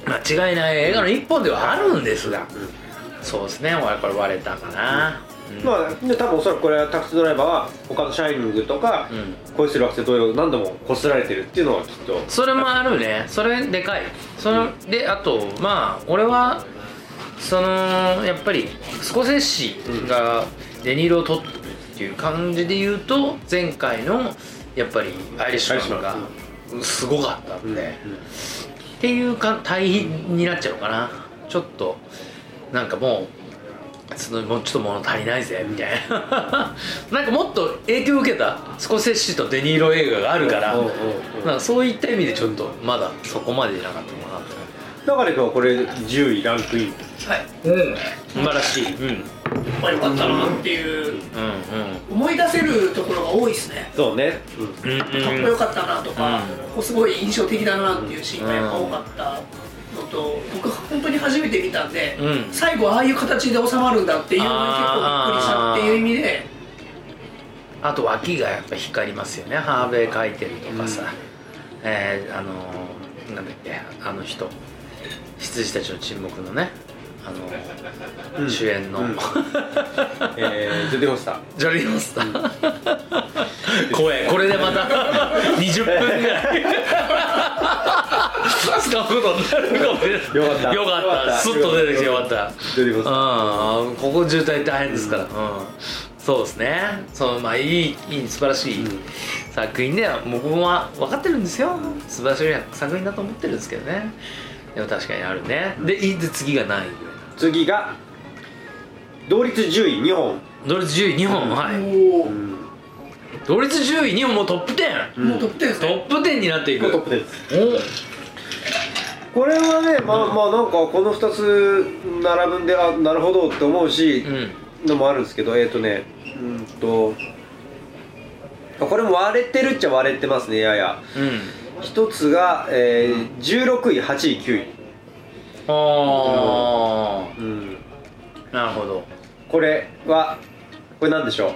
間違いない映画の一本ではあるんですが、そうですね俺これ割れたかな、うん
まあ、で多分おそらくこれはタクシードライバーは他の「シャイニング」とか
うん
「恋する惑星」同様何度もこすられてるっていうのはきっと
それもあるねそれでかいそのであとまあ俺はそのやっぱりスコセッシがデニールを取ったっていう感じで言うと前回のやっぱりアイリッシュマン
アイリッ
がすごかったんで、
ね
っていうか対比になっちゃうのかなちょっとなんかもうそのもうちょっと物足りないぜみたいな なんかもっと影響を受けたスコセッシとデニーロ映画があるから
うんうんうん
なんかそういった意味でちょっとまだそこまでじゃなかったかなと
流れ君はこれ10位ランクイン
はい
素晴らしい、うん、うんうん
まあよかったなっていう思い出せるところが多いですね
そうね、
うん
かっこよかったなとか、こうすごい印象的だなっていうシーンがやっぱ多かったのと、僕本当に初めて見たんで、
うん
最後ああいう形で収まるんだっていうのに結構びっくりしたっていう意味で
あと脇がやっぱ光りますよねハーベイ描いてるとかさ、えーあのーなんだっけあの人羊たちの沈黙のねあのー
うん
主演の、
うん えー、出てました
ジョリー・モンスター怖えこれでまた20分ぐ らい使うことになるかもしれない
よかった
よかっ
よかった
たスッと出てきてよかった
出てきました
うんここ渋滞大変ですから、うんそうですねそうまあいいいい素晴らしい
うん
作品で僕は分かってるんですよ素晴らしい作品だと思ってるんですけどねでも確かにあるねでいいで次がない
次が同率10位2本、
同率10位2本はい
もう
同率10位2本もうトップ10
うん
もうトップ10です
ト
ね
ップ10になっていく
トップです
お
これはねまあまあなんかこの2つ並ぶんであなるほどって思うし、
うん
のもあるんですけどえっ、ー、とねうんとこれも割れてるっちゃ割れてますねやや
うん
一つが、えー、16位8位9位、
あ
うん、
あなるほど
これはこれなんでしょう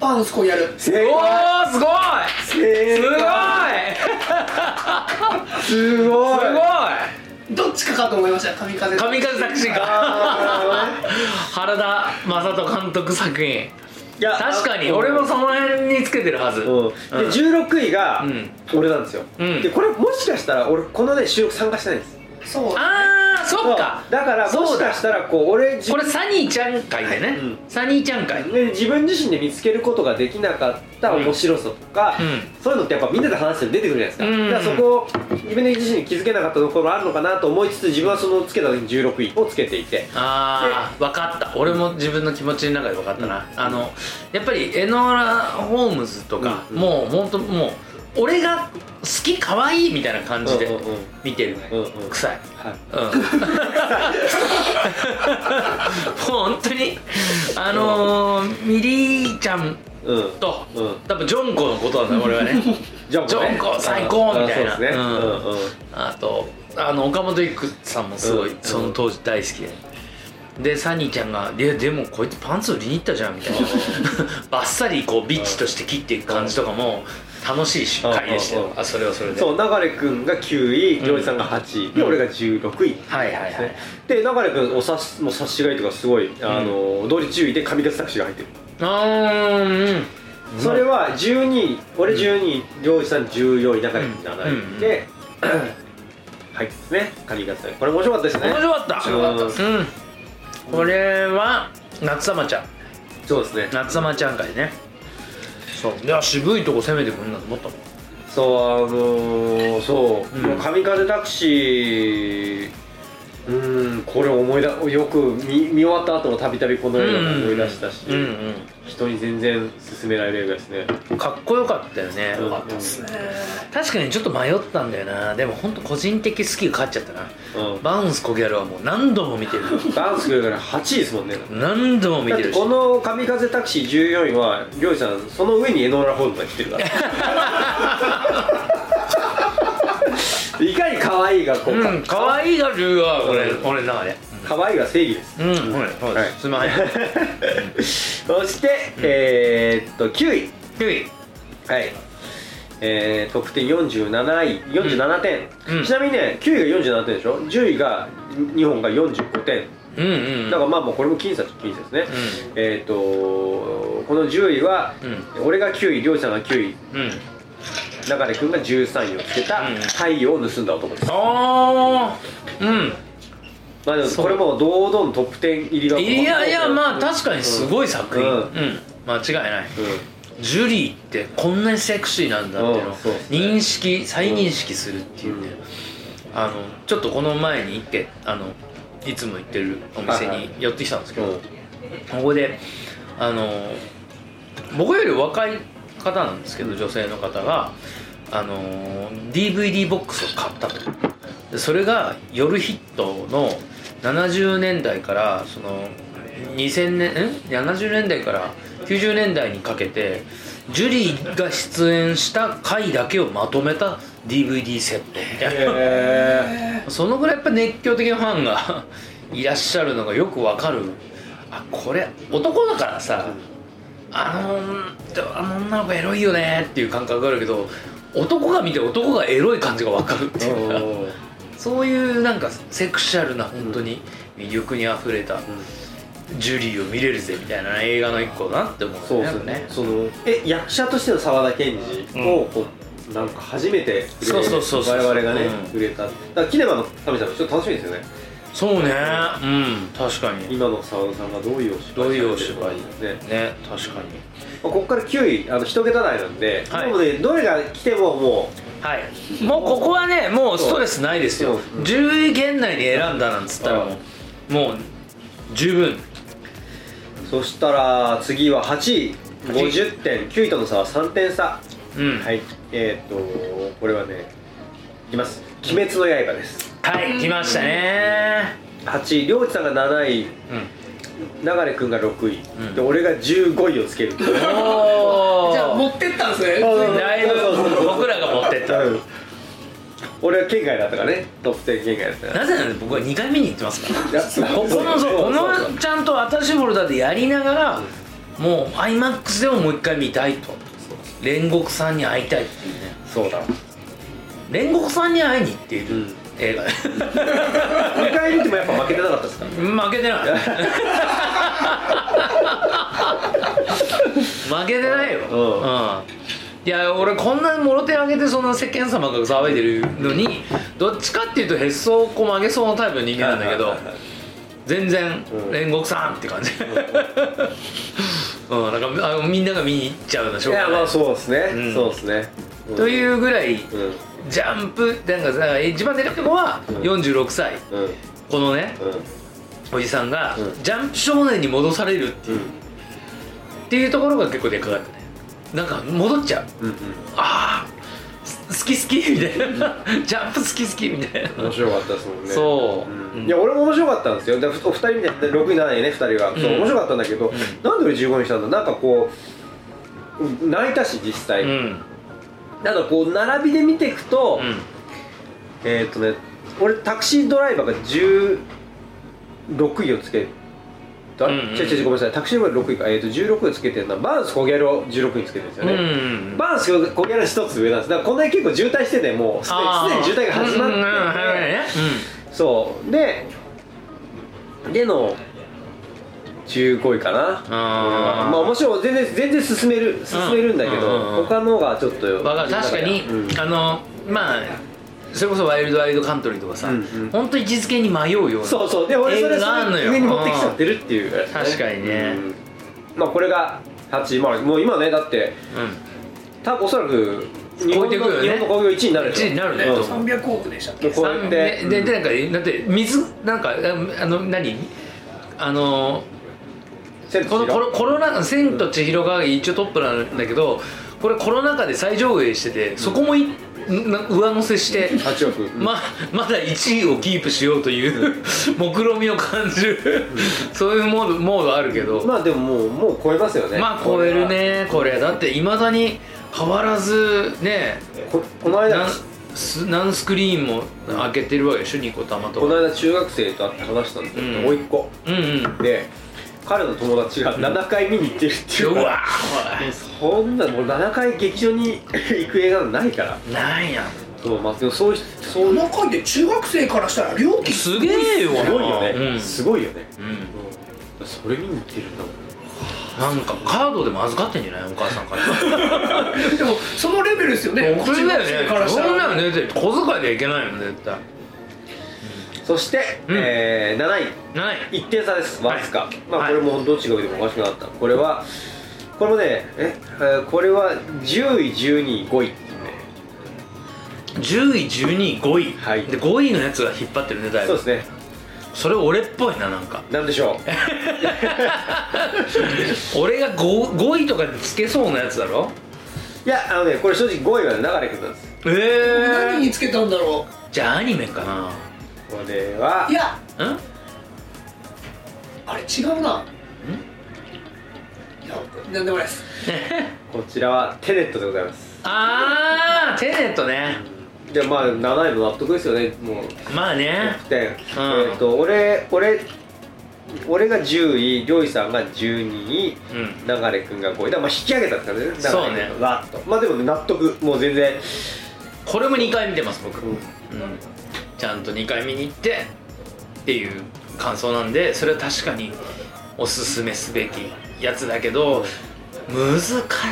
パンスコやる
正
お
解
ーすごい
正
すごい
解すごい
すごい
どっちかかと思いました神風
神風作詞家
あーなるほどね
原田雅人監督作品
いや
確かに
あ
俺もその辺につけてるはず
うん、で
うん
16位が
うん
俺なんですよ、
うん
でこれもしかしたら俺このね収録参加してないんです
そう
ああそっか
そうだからもしかしたらこう俺自
これサニーちゃん会でね、
はいうん
サニーちゃん会
で自分自身で見つけることができなかった面白さとか、
う
そういうのってやっぱみんなで話してると出てくるじゃないです
うん
か、だからそこを自分自身に気づけなかったところもあるのかなと思いつつ自分はそのつけた時に16位をつけていて
ああ分かった俺も自分の気持ちの中で分かったな、あのやっぱりエノーラ・ホームズとか、
うんうん
もう本当もう俺が好き可愛いみたいな感じで
うんうんうん
見てる、
うんうん
臭い
はい
うんもう本当にあのー、ミリーちゃん
うん
と、
うん
多分ジョンコのことなんだよ俺はね
ジョンコ,、ね、
ジョンコ最高
うん
みたいな
そうです
う
ね、うんんうん
あとあの岡本一久さんもすごい、
うん
その当時大好きで、でサニーちゃんが「いやでもこいつパンツ売りに行ったじゃん」みたいなバッサリこうビッチとして切っていく感じとかも楽しいし回でした
うん
よ
うん
あそれはそれで
そう流れ君が9位
うん
りょうじさんが8位、で俺が16位ですね、
はいはいはい
で流れ君おさしもう察しがいいとかすごい、あの同時注意で神活作詞が入ってる
うーん
それは12位俺12位良一さん14位中居君
うん
7位で 入ってですね神がさんこれ面白かったですね
面白かった
白かったです
うんこれは夏様ちゃん
そうですね
夏様ちゃん会ねそういや渋いとこ攻めてくるなと思ったもん
そうあのーそう、
うん
もう神風タクシーうーんこれ思いだよく見見終わった後もたびたびこの映画を思い出したし、
うん
人に全然勧められる映画ですね
うんかっこよかったよね
うん
よかったですね
確かにちょっと迷ったんだよなでも本当個人的好きが勝っちゃったな
うん
バウンスコギャルはもう何度も見てる
ダンスくるから8位ですもんね
何度も見
だってて
るし
この神風タクシー14位はりょうじさんその上にエノーラ・ホームが来てるから いかに可愛いがこうか、
うん可愛いが重要これ
うん
俺の中で
可愛いが正義です
うんうんそう
は
で
い
すすいません
そして、えー、っと9位
9位
はいえー、得点47位47点、
うん
ちなみにね9位が47点でしょ10位が日本が45点
うんうんうん
だからまあもうこれも僅差僅差ですね、えっ、とこの10位は、俺が9位りょうじさんが9
う
位
ん
流れ君が13位をつけた
うん
太陽を盗んだ男です、
ああうん
まあでも
そう
これもう堂々のトップ10入りだと思う
いやいやまあ
うん
確かにすごい作品
う
うんん間違いないジュリーってこんなにセクシーなんだっていうの
う
を
んそうですね
認識再認識するっていうね、あのちょっとこの前に行ってあのいつも行ってるお店
はい
に寄ってきたんですけ
うん
ど、
うん
ここであの僕より若い方なんですけど女性の方があの DVD ボックスを買ったとでそれが夜ヒットの70年代からその2000年ん70年代から90年代にかけてジュリーが出演した回だけをまとめた DVD セットみたいな
へ
そのぐらいやっぱ熱狂的なファンが いらっしゃるのがよくわかるあこれ男だからさあの女あの女の子エロいよねっていう感覚があるけど男が見て男がエロい感じがわかるって
え
いうか
うん
そういうなんかセクシャルな本当に魅力にあふれたジュリーを見れるぜみたいな映画の一個だなって思
そううんで
だ
す
よ
ねそのえ役者としての沢田研二をこう、なんか初めて触れ
そうそうそうそう
我々がね、
うん
触れただからキネマの神様ちょっと楽しみですよね
そうねうん確かに
今の沢田さんがどういうお芝居
どういうお芝居
ね
ね確かに
まあここから9位あの一桁台なんで、
はい
でもねどれが来てもも
はい、もうここはねもうストレスないですよ
そううん
10位圏内に選んだなんつったらもうもう十分
うそしたら次は8位
8位
50点9位との差は3点差
うん
は
はい、
いえっ、ー、とこれはねいきます「鬼滅の刃」です
来ましたね
8位涼二さんが7位
うん
流君が6位、
うん
で俺が15位をつける
お
じゃあ
お
持ってったんですね
あ
だいぶ
そうそうそうそう
僕らが持ってった
うん俺は県外だったからねトップ10圏外だったから
なぜなら僕は2回目に行ってますから
いやそう
ここのそうこ
そう
のちゃんと新しいボルダーでやりながらもう IMAX でももう一回見たいと煉獄さんに会いたいっていうね
そうだわ
煉獄さんに会いに行っている
うん
映画
2回見てもやっぱ負けてなかったですか
負けてない 負けてないよ、
う
うんんいや俺こんなもろ手上げてそんな世間様が騒いでるのにどっちかっていうとへそをこう曲げそうなタイプの人間なんだけど
はいはいはい
全然
うん
煉獄さんって感じ うんなんかあみんなが見に行っちゃうのしょ
いう
が
や
な
ま
い
あそうですね、
うん
そうですね、
というぐらい
うんうん
ジャンプなんかさ一番でかいのは
ん
46歳
うん
このね
うん
おじさんが
うん
ジャンプ少年に戻されるっていうっていうところが結構でかかったねなんか戻っちゃう
うん
ああす好き好きみたいなジャンプ好き好きみたいな
うん面白かったですもんね
そううん
いや俺も面白かったんですよでお二人みたいな6位7位ね2人がそう
うん
面白かったんだけど、なんで俺15にしたんだなんかこううん泣いたし実際、
うんうん
なんかこう並びで見ていくと、えーっ、とね俺タクシードライバーが16位をつけた、
う
うん
うん
違う違うごめんなさいタクシードライバー6位か、えー、と16位をつけてるのはバーンスコギャルを16位につけてるんですよ
うん
ね、
うん
バーンスコギャル一つ上なんですだからこの辺結構渋滞しててもうすで
あー
にすでに渋滞が始まっ
うんうん
てて、
うんはいはいね
そうででの15位かな
あー
まあ面白い全然全然進める進めるんだけど、
うんうんうん
他のがちょっと
うんわかる確かに、
うん
あのまあそれこそワイルドワイルドカントリーとかさ、
うんうん
本当に位置づけに迷うような
そうそうで俺それ
映画あんのよ
上に持ってきちゃってるっていう、
確かにね
うんまあこれが8位まあもう今ねだって多分おそらく日
超
本
えてく
の
よね
日本の興行1位になるでしょ
一位になるね
うん
と思
300億でしたっけ
こうやって
うんでででなんかだって水なんかあの何あの
千と千
こ
尋
のコロコロナ禍「千と千尋」が一応トップなんだけどこれコロナ禍で最上映しててそこもいな上乗せして
8億、うん
ままだ1位をキープしようという目論みを感じるそういうモードモードあるけど
まあでももうもう超えますよね
まあ超えるねこれだっていまだに変わらずね
ここの間
何ス何スクリーンも開けてるわけでしょ2個たまと
この間中学生と会って話したんですけ
う
ど
ん
もう一個
うんうん
で彼の友達が7回見に行ってるっていううから
わー
そんなもう7回劇場に 行く映画ないから
おいなんや
そうまあでもそうしそう
7回で中学生からしたら料金
すげえよ
すごいよね、
うん
すごいよね、
うん
それ見に行ってるんだもん
なんかカードでも預かってんじゃないお母さんから
でもそのレベルですよね
お金だ
中学生
よ
から
ね
した
そんな
ら
のねだって小遣いではいけないもん絶対
そして、
うん
えー7
ない
位1点差ですわずか、
はい
まあこれもどっちが上でもおかしくなかったこれはこれもねええーこれは10位12位5位っていう
10
ね
位12位5位、
はい
で5位のやつが引っ張ってるねだい
そう
ぶ
ですね
それ俺っぽいななんか
なんでしょ
俺が 5, 5位とかでつけそうなやつだろ
ういやあのねこれ正直5位は流れくんなんです
え
何
え
につけたんだろ
じゃあアニメかな
これは
ういや
うん
あれ違うないやなんでもないです
こちらはテネットでございます
あーテネットね
でまあ7位も納得ですよねもう
まあね
得点、えっ、と俺俺俺が10位りょういさんが12位
うん
流れ君が5位だからまあ引き上げたって感じね
そうね
流れ君がわっとまあでもね納得もう全然、
これも2回見てます僕
うん
うん、ちゃんと2回見に行ってっていう感想なんでそれは確かにおすすめすべきやつだけど難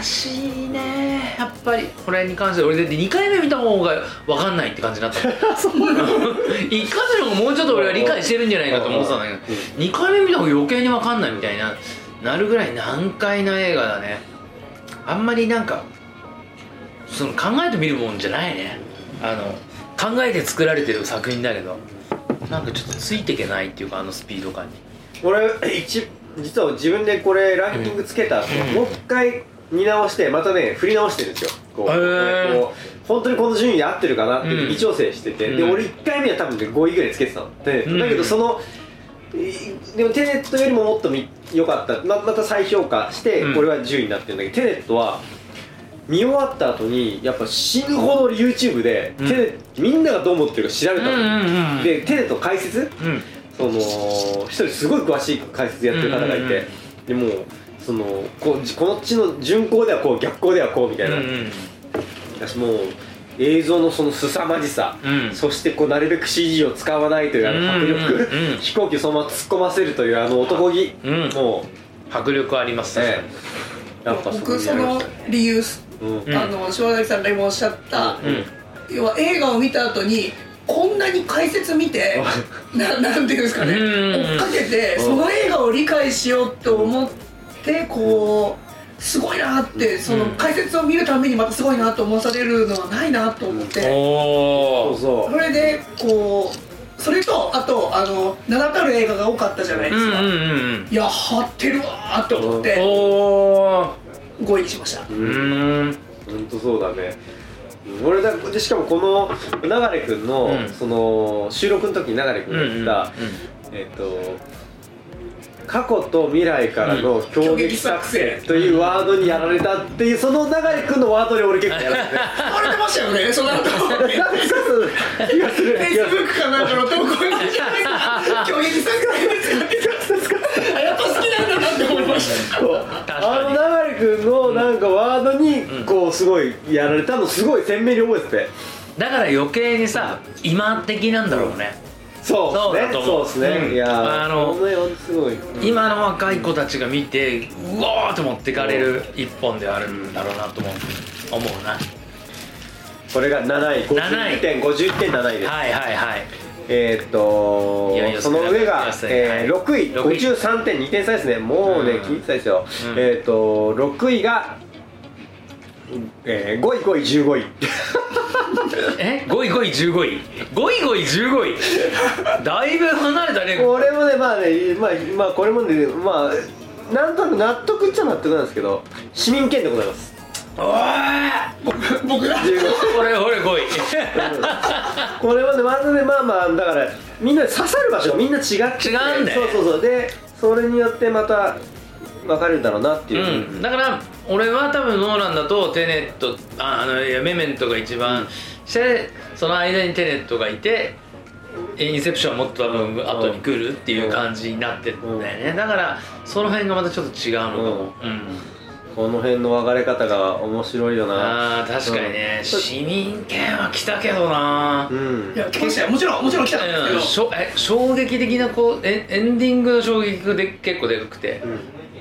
しいねやっぱりこれに関して俺だって2回目見た方が分かんないって感じになった 一回目の方がもうちょっと俺は理解してるんじゃないかと思ってたんだけど2回目見た方が余計に分かんないみたいななるぐらい難解な映画だねあんまりなんかその考えてみるもんじゃないねあの考えて作られてる作品だけどなんかちょっとついていけないっていうかあのスピード感に
俺一実は自分でこれランキングつけた後、
うん
もう一回見直してまたね振り直してるんですよこう,、
へー
こう本当にこの順位で合ってるかなって
うん
微調整してて、
うん
で俺1回目は多分ね5位ぐらいつけてたので、
うん
だけどそのいでもテネットよりももっとみ良かったままた再評価して
うん
これは10位になってるんだけど、テネットは見終わった後にやっぱ死ぬほど YouTube で
うん
テレ、みんながどう思ってるか調べたの、
うんうん
でテレと解説
うん
その一人すごい詳しい解説やってる方がいて、でもうそのこうじこっちの順行ではこう逆行ではこうみたいな、私もう映像のその凄まじさ、
うん
そしてこうなるべく CG を使わないというあの迫力、
うんうんうん
飛行機をそのまま突っ込ませるというあの男気、
うん
もう、
迫力ありますね、
ええやっぱそこ
僕
に
そ
ありま
の
した
理由、
うん
ん
あの島崎さんが今おっしゃっ
う
た、
ん
要は映画を見た後にこんなに解説見てななんていうんですかね
うん
追っかけてその映画を理解しようと思ってこうすごいなってその解説を見るためにまたすごいなと思わされるのはないなと思って
お
そ
お
うそ
そうれでこうそれとあとあの名だたる映画が多かったじゃないで
う
す
ん
か、
うんうん
いや張ってるわーと思っ
うん
て
おー
5位にしました
うーん
本当そうだね俺だでしかもこの流れ君の、
うん
その収録の時に流れ君
うん
が
うんう
言
ん
った、えっと過去と未来からの攻撃作戦というワードにやられたっていうその流れ君のワードに俺結構やられて
張れてましたよねその後
てなんかそう気がする
フェイスブックかなんかの 投稿にじゃないか虚偽作戦 ですあやっぱ好きなんだなって思いました
そう
確かに
あの流れ君のなんかワードにこうすごいやられたのすごい鮮明に覚えてて
だから余計にさ今的なんだろうね、
そうで
そ
すね
うだと思
そう
う
ですね、
うん
いや
あの
このよすごい、うん
今の若い子たちが見てうわーって持ってかれる一本であるんだろうなとも思うな
これが7位
7位
50.50.7位です、
はいはいはい
えーっと
いやいや
その上が、
少ない
えー6位
六位
53.2点差ですねもうね、
うん
聞いてたですよ、
うん
えーっと6位が、え5位5位15位
え5位5位15位5位5位15位だいぶ離れたね
これもねまあねまあ、まあ、これもねまあなんとなく納得っちゃ納得なんですけど市民権でございます
おー
僕僕だ
15
俺俺5位
これはねまずねまあまあだからみんな刺さる場所がみんな違ってて
違うんだよ
そうそうそうでそれによってまた分かれるんだろうなっていう、
うん、だから俺は多分ノーランだとテネットああのいやメメントが一番して、その間にテネットがいてインセプションはもっと多分
うん
後に来るっていう感じになってるんだよね、だからその辺がまたちょっと違うのかも、うん
この辺の分かれ方が面白いよな
ああ確かにね、市民権は来たけどな
う、ん
いや来ましたよもちろんもちろん来たん
うん
です
しょえ衝撃的なこうエンエンディングの衝撃がで結構でかくて、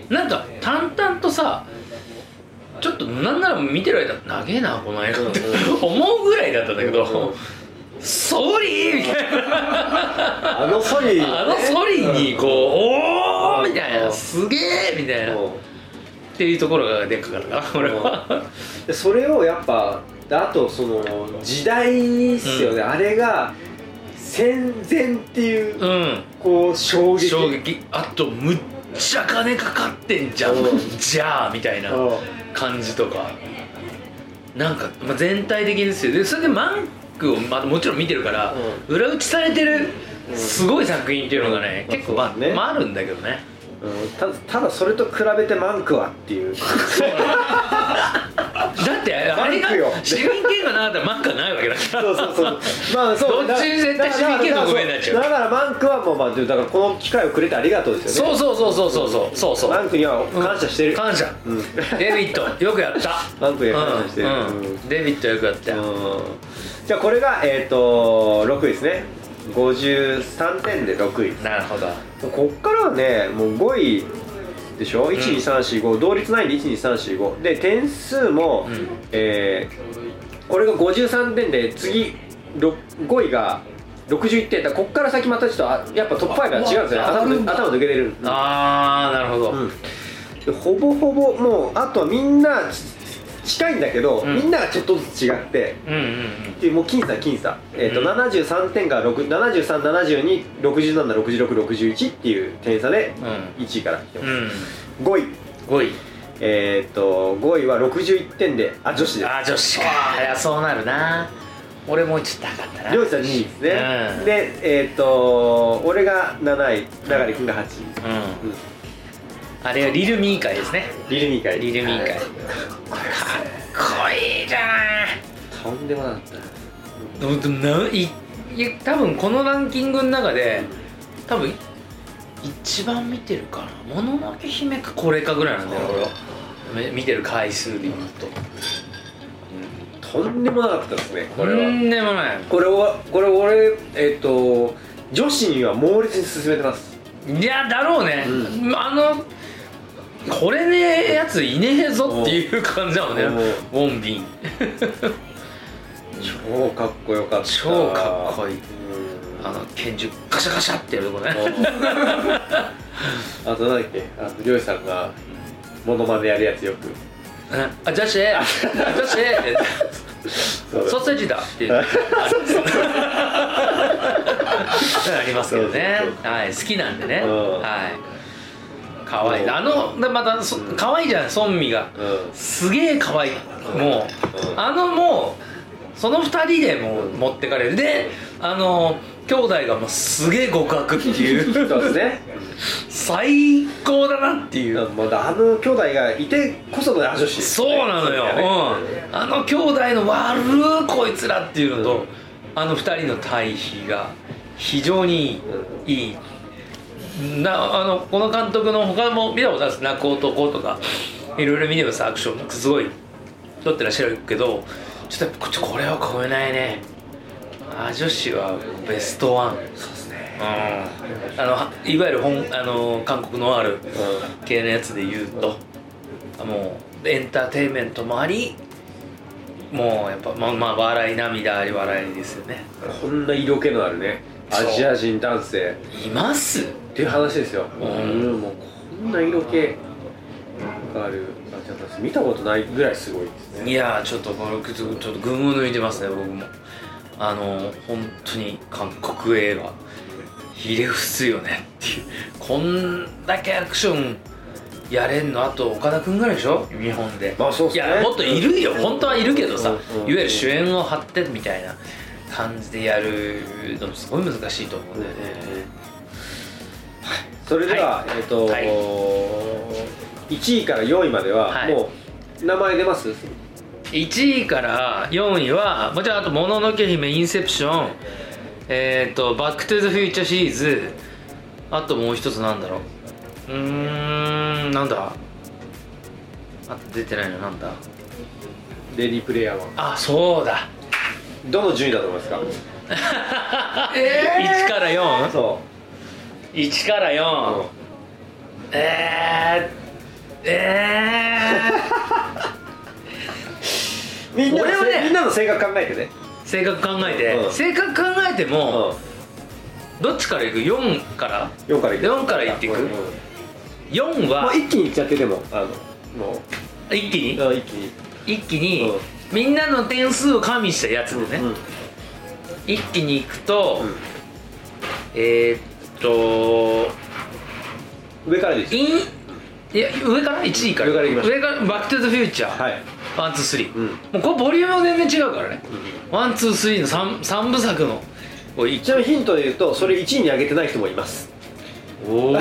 なんか淡々とさちょっとなんなら見てる間長えなこの映画って思うぐらいだったんだけ
うんうん
ど「ソリー!」みたいな
あのソリー
あのソリーにこう「おー!」みたい
うん
な「すげえ!」みたいなっ
うん
ていうところがでっかかったな俺は
でそれをやっぱであとその時代っすよね、あれが戦前っていう、
うん
こう衝撃
衝撃あとむっちゃ金かかってんじゃん
うん
じゃあみたいな
うん
感じとかなんか、まあ、全体的ですよでそれでマンクを、まあ、もちろん見てるから、裏打ちされてるすごい作品っていうのがね、
うん
結構、まあ
そうですね
まあ、あるんだけどね
うんたただそれと比べてマンクはっていう
だってあれが
マンク よ
市民権がなかったらマンクはないわけだから
そうそうそうまあそう
どっちに絶対市民権の方が上
に
になっちゃう
だからマンクはもうまあだからこの機会をくれてありがとうですよ
そ
ね
うそうそうそうそうそうそうそう
マンクには感謝してる、
感謝、
うん
デビットよくやった
マンクには感謝してる、
うんうん
うん
デビットよくやったよ、
うんじゃあこれがえっ、と6位ですね53点で6位
なるほど
こっからはねもう5位でしょ、12345同率ないんで12345で点数も、
うん
えーこれが53点で次ろ5位が61点だこっから先またちょっとあやっぱトップ5が違うんですよね
あ
頭
うん
頭抜けてる
ああなるほど、
でほぼほぼもうあとはみんなち近いんだけど、
うん
みんながちょっとずつ違って
うんうん
でもう僅差僅差、えーと
うん
73点から7372676661っていう点差で
うん
1位から来て
う
ます、
ん
5位
5位
えーっと5位は61点であ女子です
あ女子かいやそうなるな俺もうちょっと高かったな
両者2位ですね、
うん
でえーっと俺が7位流君が8位、
う
うん
んあれはリルミー会ですね
リルミー会
リルミー会かっこじゃない
とんでもなかった
ほんとないいや多分このランキングの中で多分一番見てるかな「もののけ姫」かこれかぐらいなんだよ俺はめ見てる回数で言うと
とんでもなかったですねこれは、
とんでもない
これはこれ俺えっ、と女子には猛烈に勧めてます
いやだろうね、
う
あのこれねえやついねえぞっていう感じだもんねウォンビン
超かっこよかった
超かっこいい
うん
あの拳銃カシャカシャってやるとこね
あと何だっけあの漁師さんがモノマネやるやつよく
あ ジャシェジャシェってソーセージだっていうあ りますけどね
そうそう
はい好きなんでね
うん
はい可愛い
うん
あのでまたそ可愛いじゃん孫美が
うん
すげえ可愛いもう
うん
あのもうその2人でもう持ってかれるであの兄弟がもうすげえ極悪って いう
そうですね
最高だなっていう
まだあの兄弟がいてこその女子
そうなのよ、うん、あの兄弟の悪ーこいつらっていうのと、
うん
あの二人の対比が非常にいい,、なあのこの監督の他も見たことあるんです「泣く男」とかいろいろ見てますアクションすごい撮ってらっしゃるけどちょっとやっぱここれは超えないねあ女子はベストワン
そうですね
うんあのいわゆる本あの韓国のある系のやつで言うともうエンターテインメントもありもうやっぱまあまあ笑い涙あり笑いですよね
こんな色気のあるねアジア人男性
います
っていう話ですよ、
う
うんんもうこんな色気があるあちょっと私見たことないぐらいすごいですね
いやーちょっとこのちょっと群を抜いてますね僕もあの本当に韓国映画ひれ伏すよねっていうこんだけアクションやれんのあと岡田君ぐらいでしょ日本で
まあそうっ
い
すね
やもっといるよ本当はいるけどさ、
うんうん
いわゆる主演を張ってみたいな感じでやるのもすごい難しいと思うんだよね、
それでは、
は
えっ、と、
はい
1位から4位までは、
はい
もう名前出ます
1位から4位はもちろんあと「もののけ姫」「インセプション」えっ、と「バック・トゥ・ザ・フューチャー」シリーズあともう一つなんだろううーんなんだあと出てないのなんだ
レディープレイヤーは
あそうだ
どの順位だと思いますか
えー
1から4
そ
1から
う、
4、えー、え
みんな
俺
の
はね
せみんなの性格考えてね、
ー、性格考えて、
うん
性格考えて
う
も、どっちからいく4から
4からいく
4からいっていく
うんも
4は
う一気にいっちゃってでもあのも
一気に
ううん一気に
一気に、
うん
みんなの点数を加味したやつでね、
うん
一気にいくと、
うん
えー、っと
上からでいいです
インいや上から1位から
上から行きましょう
上からバック・トゥ・ザ・フューチャー、
はい
ワンツースリー
うん
もうこれボリュームは全然違うからねワンツースリーの 3, 三部作のおい
ちなみにヒントで言うとそれ1位に上げてない人もいます
おお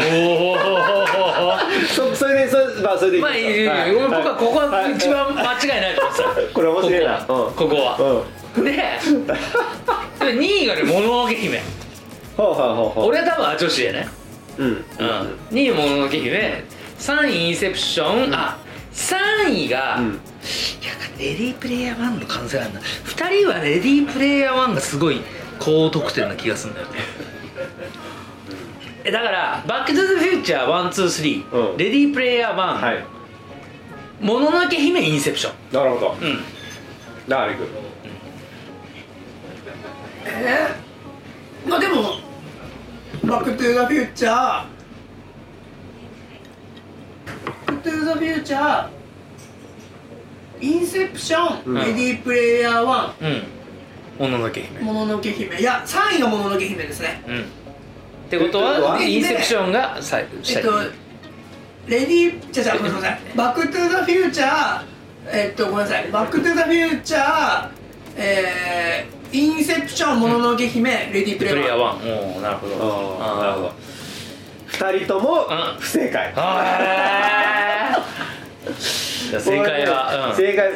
そ それでそれ,、まあ、それでいき
まあ
ま
い
す
いいいいい
はい
僕はここは一
は
番間違いないと思ってた
これ面白いなうん
ここはこ
いうん
こはでで2位がね「もののけ姫」
ほうほうほうほう
俺は多分あ女子やね
うん
うん2位「もののけ姫」3位「インセプション」あ3位が、いや
う
レ
ん
ディープレイヤー1の可能性があるな2人はレディープレイヤー1がすごい高得点な気がするんだよねえだから「バック・トゥ・ザ・フューチャー123」
うん
レディープレイヤー1」
はい
もののけ姫インセプション
なるほど
うん
だからいく
えーまあでも「バック・トゥ・ザ・フューチャー」「バック・トゥ・ザ・フューチャー」「インセプション」
うん
レディープレイヤー1
うんもののけ」姫
もののけ姫いや3位がもののけ姫ですね
うんってこと
ってこと
は
は
インセプションが最
え
下
っとレディーじゃじゃごめんなさいバック・トゥ・ザ・フューチャーえっとごめんなさいバック・トゥ・ザ・フューチャーえー、インセプションもののけ姫、レディー
プ
プレイ
レイヤ
ヤ
ー
ー1
1おおなるほど
ああなるほど2人と
うん
も不正解
あーじゃあ正解は、
正解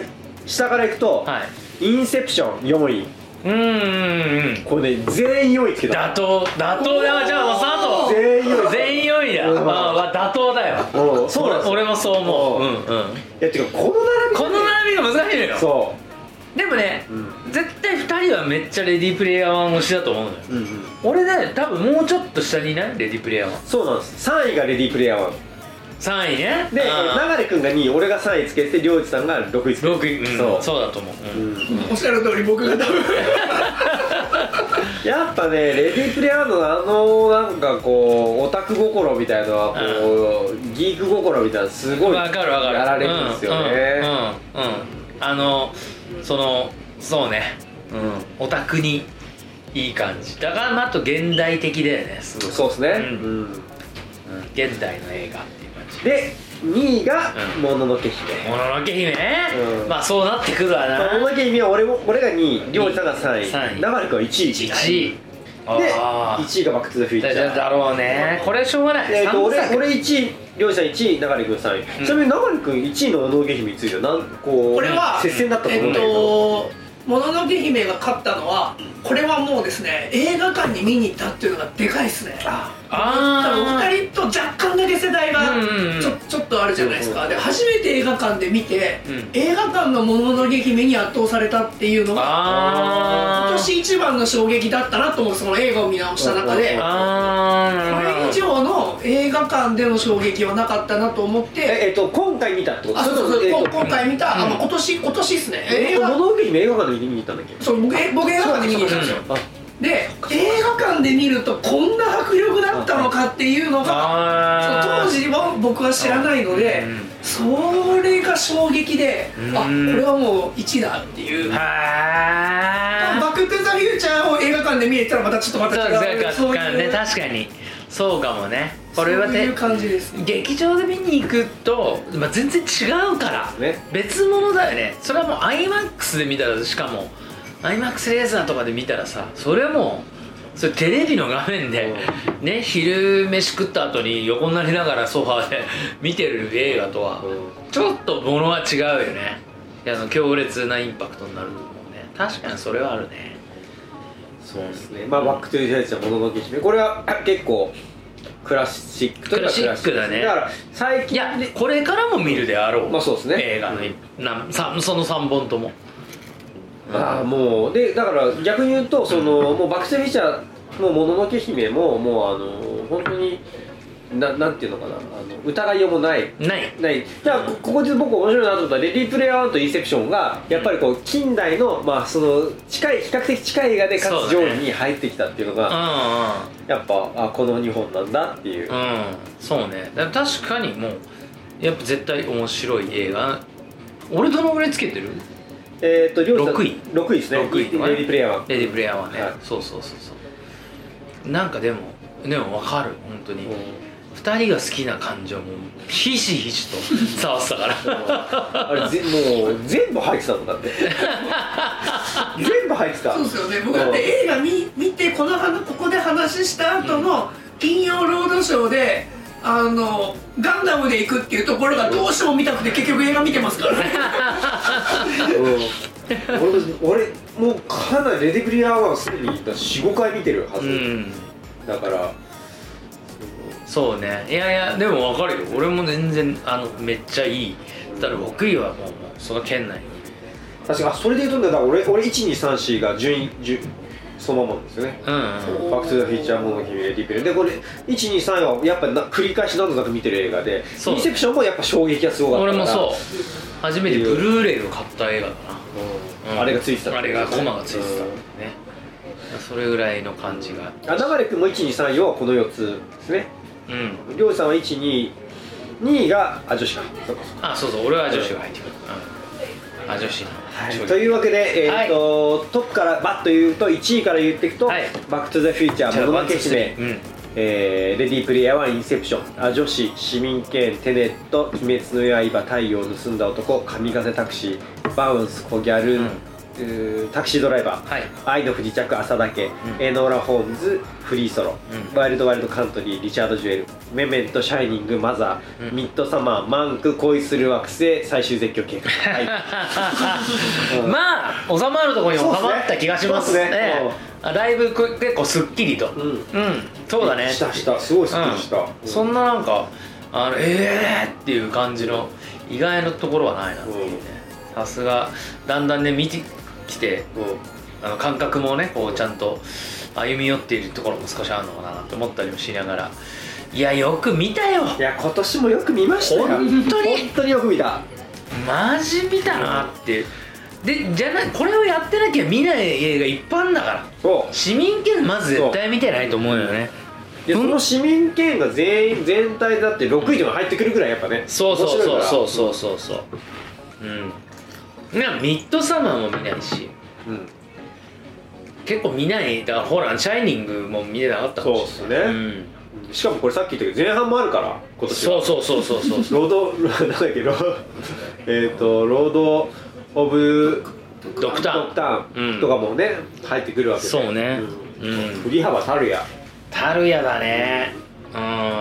下からいくと、
はい
インセプション4位
うんうんうん
これね全員4位つけた
妥当妥当だよじゃあもう佐
お
藤
全員4位
全員4位だ、
うん
まあまあ妥当だよ
うんそうなんですよ
俺もそう思う、
う
うんんうん、
いやてかこの並び
この並びが難しいのよ
そ
でもね、
う
絶対2人はめっちゃレディープレイヤー1推しだと思うのよ
う、うんうん、
俺ね多分もうちょっと下にいないレディープレイヤー1
そうなんです3位がレディープレイヤー
3位ね
1で流君が2位俺が3位つけて涼二さんが6位つけて
6位、うん、
そ
そううだと思う、うん
うん
おっしゃる通り僕が多分
やっぱねレディープレイヤーのあのなんかこうオタク心みたいのはこう、ギーク心みたいなのすごい
わかるわかる
やられるんですよね、
うんうん、うんあのそのそうね、うん、オタクにいい感じだからまああと現代的だよねすごい
そうですね、
うん
うん
現代の映画っていう感じ
で2位が
う
「
ん
もののけ姫」
もののけ姫ね、
うん
まあそうなってくるわ
まあも
な
ののけ姫は俺も俺が2位涼二さんが3位
三位
流れ君は1位
1位
で
ああ
1位が「バック・トゥ・ザ・フューチ
だ
ャ
だ
ー」
だろうねこれしょうがない、
でえっと
三
俺
作
俺1位涼二さん1位流れ君3位、
うん
ちなみに流れ君1位の「もののけ姫」についてはなんこう
これは
接戦だったと思う
え
ん
っ
だけど、
ともののけ姫が勝ったのはこれはもうですね映画館に見に行ったっていうのがでかいですね
あ
あ
お
あ
二人と若干だけ世代が
うんうんうん
ちょちょっとあるじゃないです
うんう
か
ん
で初めて映画館で見て、
うん
映画館のもののけ姫に圧倒されたっていうのが今
あー
年一番の衝撃だったなと思うその映画を見直した中で
あー
こ
なるほど
れ以上の映画館での衝撃はなかったなと思っ
え
て
えっと今回見たってこと
あそうそうそう
えっと
こ今回見た、あ
うん
まあ今年今年ですね映
え
画
物置に映画館で見に行ったんだっけ
そう僕え僕映画館で見に行ったんですよ
あ
で映画館で見るとこんな迫力だったのかっていうのがそう
あー
当時は僕は知らないので、
うん
それが衝撃で、あこ
うん
れはもう1だっていう、
は
バック・トゥ・ザ・フューチャーを映画館で見れたらまたちょっとま
そう
た違う
か
そういう
ね確かにそうかもねこれは
そうい
ね
う感じです
劇場で見に行くと、まあ、全然違うから、
ね
別物だよねそれはもう iMAX で見たらしかも iMAX レーザーとかで見たらさそれはもうそれテレビの画面で、ね、昼飯食った後に横になりながらソファーで 見てる映画とは
う
ちょっと物は違うよねいやあの強烈なインパクトになると思うね確かにそれはあるね
そうですねまあバックトゥーザフューチャーもののけ姫これは あ結構クラシックといえば
クラシックだね
だから最
い
近
やこれからも見るであろう、
まあそうですね
映画のいなさその3本とも
ああもうでだから逆に言うとそのもうバックトゥーザフューチャーももののけ姫ももうあの本当にななんていうのかなあの疑いようもない
ない
ないじゃあこここで僕面白いなと思ったレディープレイヤー1とインセプションがやっぱりこう近代のまあその近い比較的近い映画でか
そう
つ
だね
上位に入ってきたっていうのが
う
やっぱあこの2本なんだっていうん
うんうんそうねだから確かにもうやっぱ絶対面白い映画俺どのぐらいつけてる
えっ、と両
六位
6位ですね
六位とかね
レディープレイヤー1
レディープレイヤーはね、
はい
そうそうそうそうなんかでもでも分かる本当に、
うん
2人が好きな感情もひしひしと 伝わってたか ら
あれぜもう全部入ってたんだって全部入ってた
そうですよね僕だって映画見見てこの話ここで話した後の金曜ロードショーであのガンダムで行くっていうところがどうしても見たくて結局映画見てますからね
うん俺俺もうかなりレディープレイヤー1はすでに45回見てるは
う
ず、
ん
だから
そうねいやいやでも分かるよ俺も全然あのめっちゃいいだから6位はもうもうその圏内に
確かあそれで言うとねだから俺俺1234が順位順そのままなんですよね
うんうん
バック・トゥ・ザ・フィーチャーもの君レディペルでこれ123はやっぱな繰り返し何度なく見てる映画でイ
そう
ンセプションもやっぱ衝撃がすごかった
俺
から
もそう初めてブルーレイを買った映画だ
うん、
な、うん
あれがついてたって
あれがコマがついてたんだよね、それぐらいの感じが
た、うん、あ流君も1234はこの4つですね
うん
りょうさんは122位があ女子かそうかそう
あそうそう俺は女子が入ってくる、うん、あ女子の、
かというわけで、え
は
ー
い
とトップからバッと言うと1位から言っていくと「
はい
バック・トゥ・ザ・フューチャ
じ
ー」「
ゃあ
もの
ワ
の
ンツー
け
スリ
姫
ー」うん
えーレディープレイヤーはインセプション、あ女子、市民権、テネット、鬼滅の刃、太陽を盗んだ男、神風タクシー、バウンス、小ギャル、
うん
えータクシードライバー、
はい
愛の不時着浅田家、エノーラ・ホームズフリーソロ、
うん
ワイルド・ワイルド・カントリーリチャード・ジュエルメメント・シャイニング・マザー、
うん
ミッドサマーマンク恋する惑星最終絶 叫計画、はいうん
まあ収まるところに収まった気がします
そう
ね
っすねそうっすね
あライブく結構すっきりとうん、
うん
そうだね
したしたすごいスッキリした、
うんそんななんかあのええー、っていう感じの意外なところはないなっていうねさすがだんだんね見てきて
うん
あの感覚もねこうちゃんと歩み寄っているところも少しあるのかなと思ったりもしながらいやよく見たよ
いや今年もよく見ましたよ
本当に
本当によく見た
マジ見たなってでじゃないこれをやってなきゃ見ない映画いっぱいあるんだから
そう
市民権まず絶対見てないと思うよね
いやその市民権が全員全体だって6位でも入ってくるぐらいやっぱね
そうそうそうそう
う
そうそうそううんねミッドサマーも見ないし
うん
結構見ないだからほら「シャイニング」も見てなかったかもし
そうっす
れ
ね
ないうん
しかもこれさっき言ったけど前半もあるから今年は
そうそうそうそうそう
ロードなんだっけロー えっ、とロードオブ
ドクター
ドクタ
うん
ーとかもね、入ってくるわけで
そうねう
うん
ん
振り幅たるや
タルヤだね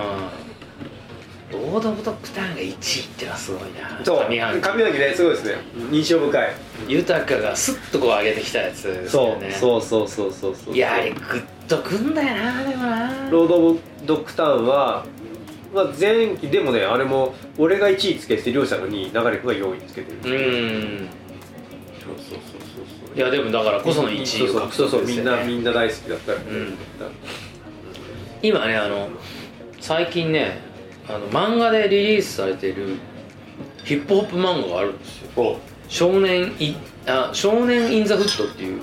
うんロード・オブ・ドクターンが1位ってのはすごいな
そう
上半期
髪の毛ねすごいですね印象深い
豊かがスッとこう上げてきたやつです
そ
よ
う,、
ね
そうそうそうそうそうい
いやあれグッとくんだよなでもな
ロード・オブ・ドクターンは、まあ、前期でもねあれも俺が1位つけて両者の2位流れ君が4位つけてる、
うーん
そうそうそうそうそう
いやでもだからこその1位を獲
そう
得
そうそう
です
み
よ
ん
ね
なみんな大好きだったから、
ん今ねあの最近ねあの漫画でリリースされてるヒップホップ漫画があるんですよ
お
少年いあ少年インザフットっていう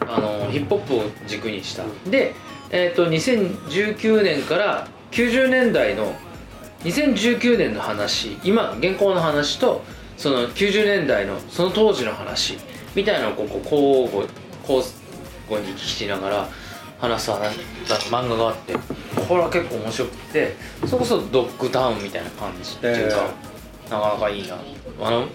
あのヒップホップを軸にしたで、えー、と2019年から90年代の2019年の話今現行の話とその90年代のその当時の話みたいなのをこうこう交互交互に聞きながら話す話漫画があってこれは結構面白くてそれこそドッグタウンみたいな感じっていうか、なかなかいいなあの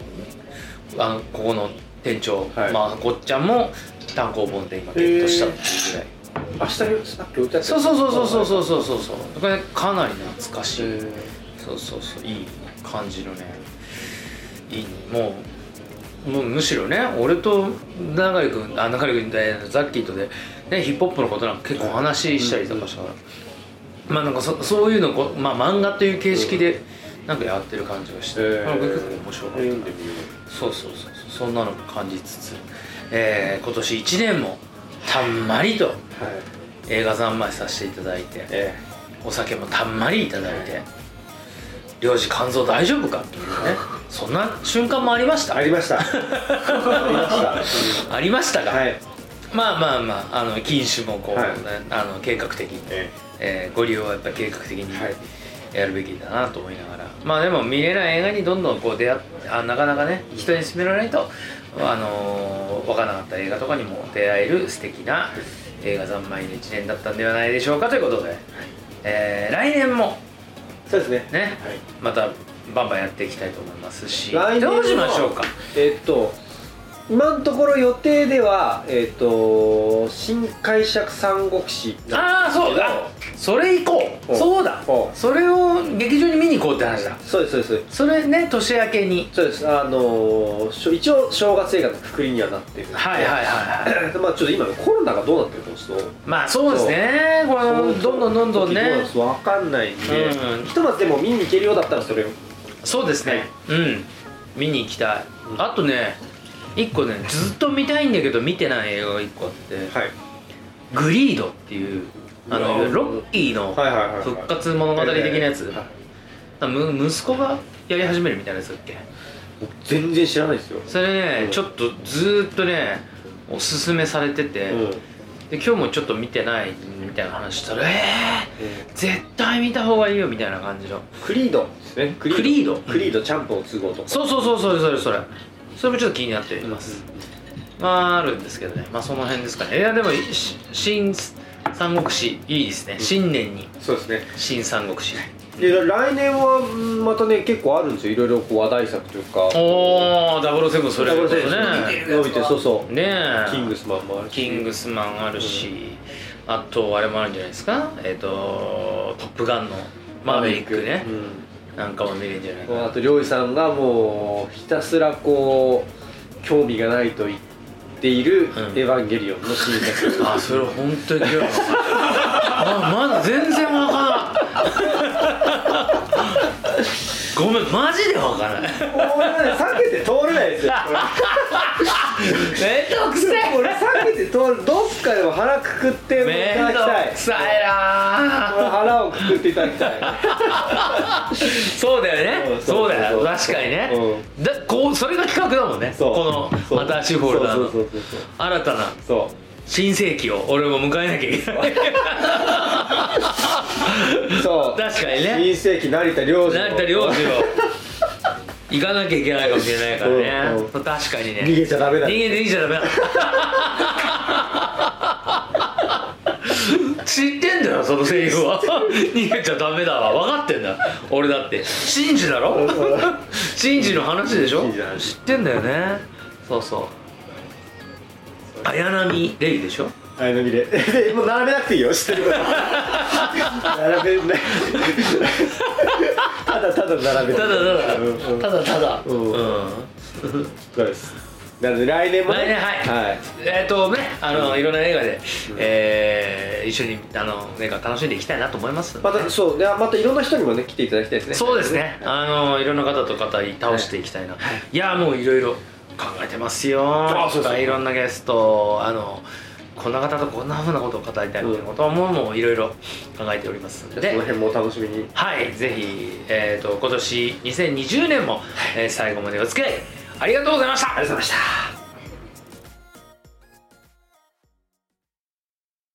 あのここの店長、
はい
まあごっちゃんも単行本で今ゲットしたっていうぐらい、
明日にさっき置いてあった
そうそうそうそうそうそうそうそうこれかなり懐かしい、
へー
そうそうそういい感じのねいいもうもうむしろね俺と流君あ流君でザッキーとで、ね、ヒップホップのことなんか結構話したりとかしたから、まあなんかそそういうのこう、まあ、漫画という形式でなんかやってる感じがして、
えー
なんか結構面白かった
読んでみよ
そうそうそうそうそんなのも感じつつ、えー今年1年もたんまりと
うはい
映画三昧させていただいて
え
お酒もたんまりいただいて「領事肝臓大丈夫か?」って いうねそんな瞬間もありまし
え
た
ありまし たありまし
ありました
た
が、
はい
まあまあまああの禁酒もこう、
はい
あの計画的に、
え
えーご利用はやっぱり計画的に
はい
やるべきだなと思いながらまあでも見れない映画にどんどんこう出会ってあなかなかね人に勧められないと、あのー、分からなかった映画とかにも出会える素敵な映画三昧の1年だったんではないでしょうかということで、えー来年も
そうですね
ね、
はい
またバンバンやっていきたいと思いますし
来年の
どうしましょうか
えっと今のところ予定ではえっと新解釈三国志
ああそうだそれ行こう
お
そうだ
お
それを劇場に見に行こうって話だ
そうですそうです
それね年明けに
そうですあのーしょ一応正月映画のくくりにはなってる
はいはいはいはい
い まあちょっと今コロナがどうなってるかちょっと
まあそうですねこのどんどんどんどん
どうな
ね
ですかわかんないんで、
うん
ひとまずでも見に行けるようだったらそれを
そうですねうん見に行きたい
うん
あとね一個ねずっと見たいんだけど見てない映画が一個あって
はい
「グリード」っていうあ
う
の
わ
ロッキーの
はいはいはいはい
復活物語的なやつ
はい
む息子がやり始めるみたいなやつだっけ
僕全然知らないですよ、
それね
うん
ちょっとずーっとねおすすめされてて
うん
で今日もちょっと見てないみたいな話したら「えー絶対見た方がいいよ」みたいな感じの
クリードですねク
クリード
クリードちゃんぽん都合とか
そうそうそうそれそれそれそれもちょっと気になっています、まああるんですけどねまあその辺ですかねいやでもし新三国志いいですね新年に
そうですね
新三国志
で来年はうんまたね結構あるんですよいろいろこう話題作というか
おおダブルセブンそれこそ
ブルセ
ね
ブ
伸びてそうそう、
ねえ
キングスマンもあるし
キングスマンあるし、あとあれもあるんじゃないですかえっ、と「トップガン」のマーベリックね、なんかも見れるんじゃないかな、
うんあと漁師さんがもうひたすらこう興味がないと言っている
ん
「エヴァンゲリオン」のシーンだけ ど、
あそれ本当に興味ないあまだ全然わからんごめんマジでわからない
これね避けて通れない ですよ
めんどくせ
俺避けて通るどっかでも腹くくってい
え
た
めん
だき
ど
たい
くさいな
これ腹をくくっていただきたい
そうだよ
う
ね
ん
そ
そ
う
うそうそう
だよ確かにねだこうそれが企画だもんね
そう
こ
そう
の新しいフォルダ
そうそ
の
うそうそう
新たな
そう
新世紀を俺も迎えなきゃいけ ない
そう
確かにね
新世紀成田良次
成田良次郎行かなきゃいけないかもしれないから
う
ね
んうん
確かにね
逃げちゃダメだ
人間でいいじゃダメだ知ってんだよそのセリフは逃げちゃダメだわ分かってんだ俺だってシンジだろシンジの話でしょ
シンジの話
知ってんだよねそうそう綾波レイでしょ
あの見れ でもう並べなくていいよ知ってるから並べない ただただ並べて
ただただ
うんうん
ただただう
うんんそうですなので来年もね
来年はい、
はい
えっ、とねあの、いろんな映画で、えー一緒にあの映画楽しんでいきたいなと思います
またそうでまたいろんな人にもね来ていただきたいですね
そうですね。あのいろんな方と語り倒していきたいな。い、やもういろいろ考えてますよ。
あそうそう
いっぱいいろんなゲストあのこんな方とこんなふうなことを語りたいみたいなことはもうもういろいろ考えておりますの
じゃあその
で。
辺もお楽しみに
はい、ぜひ、えー、と今年2020年も、えー最後までお付き合いありがとうございましたありがとうございました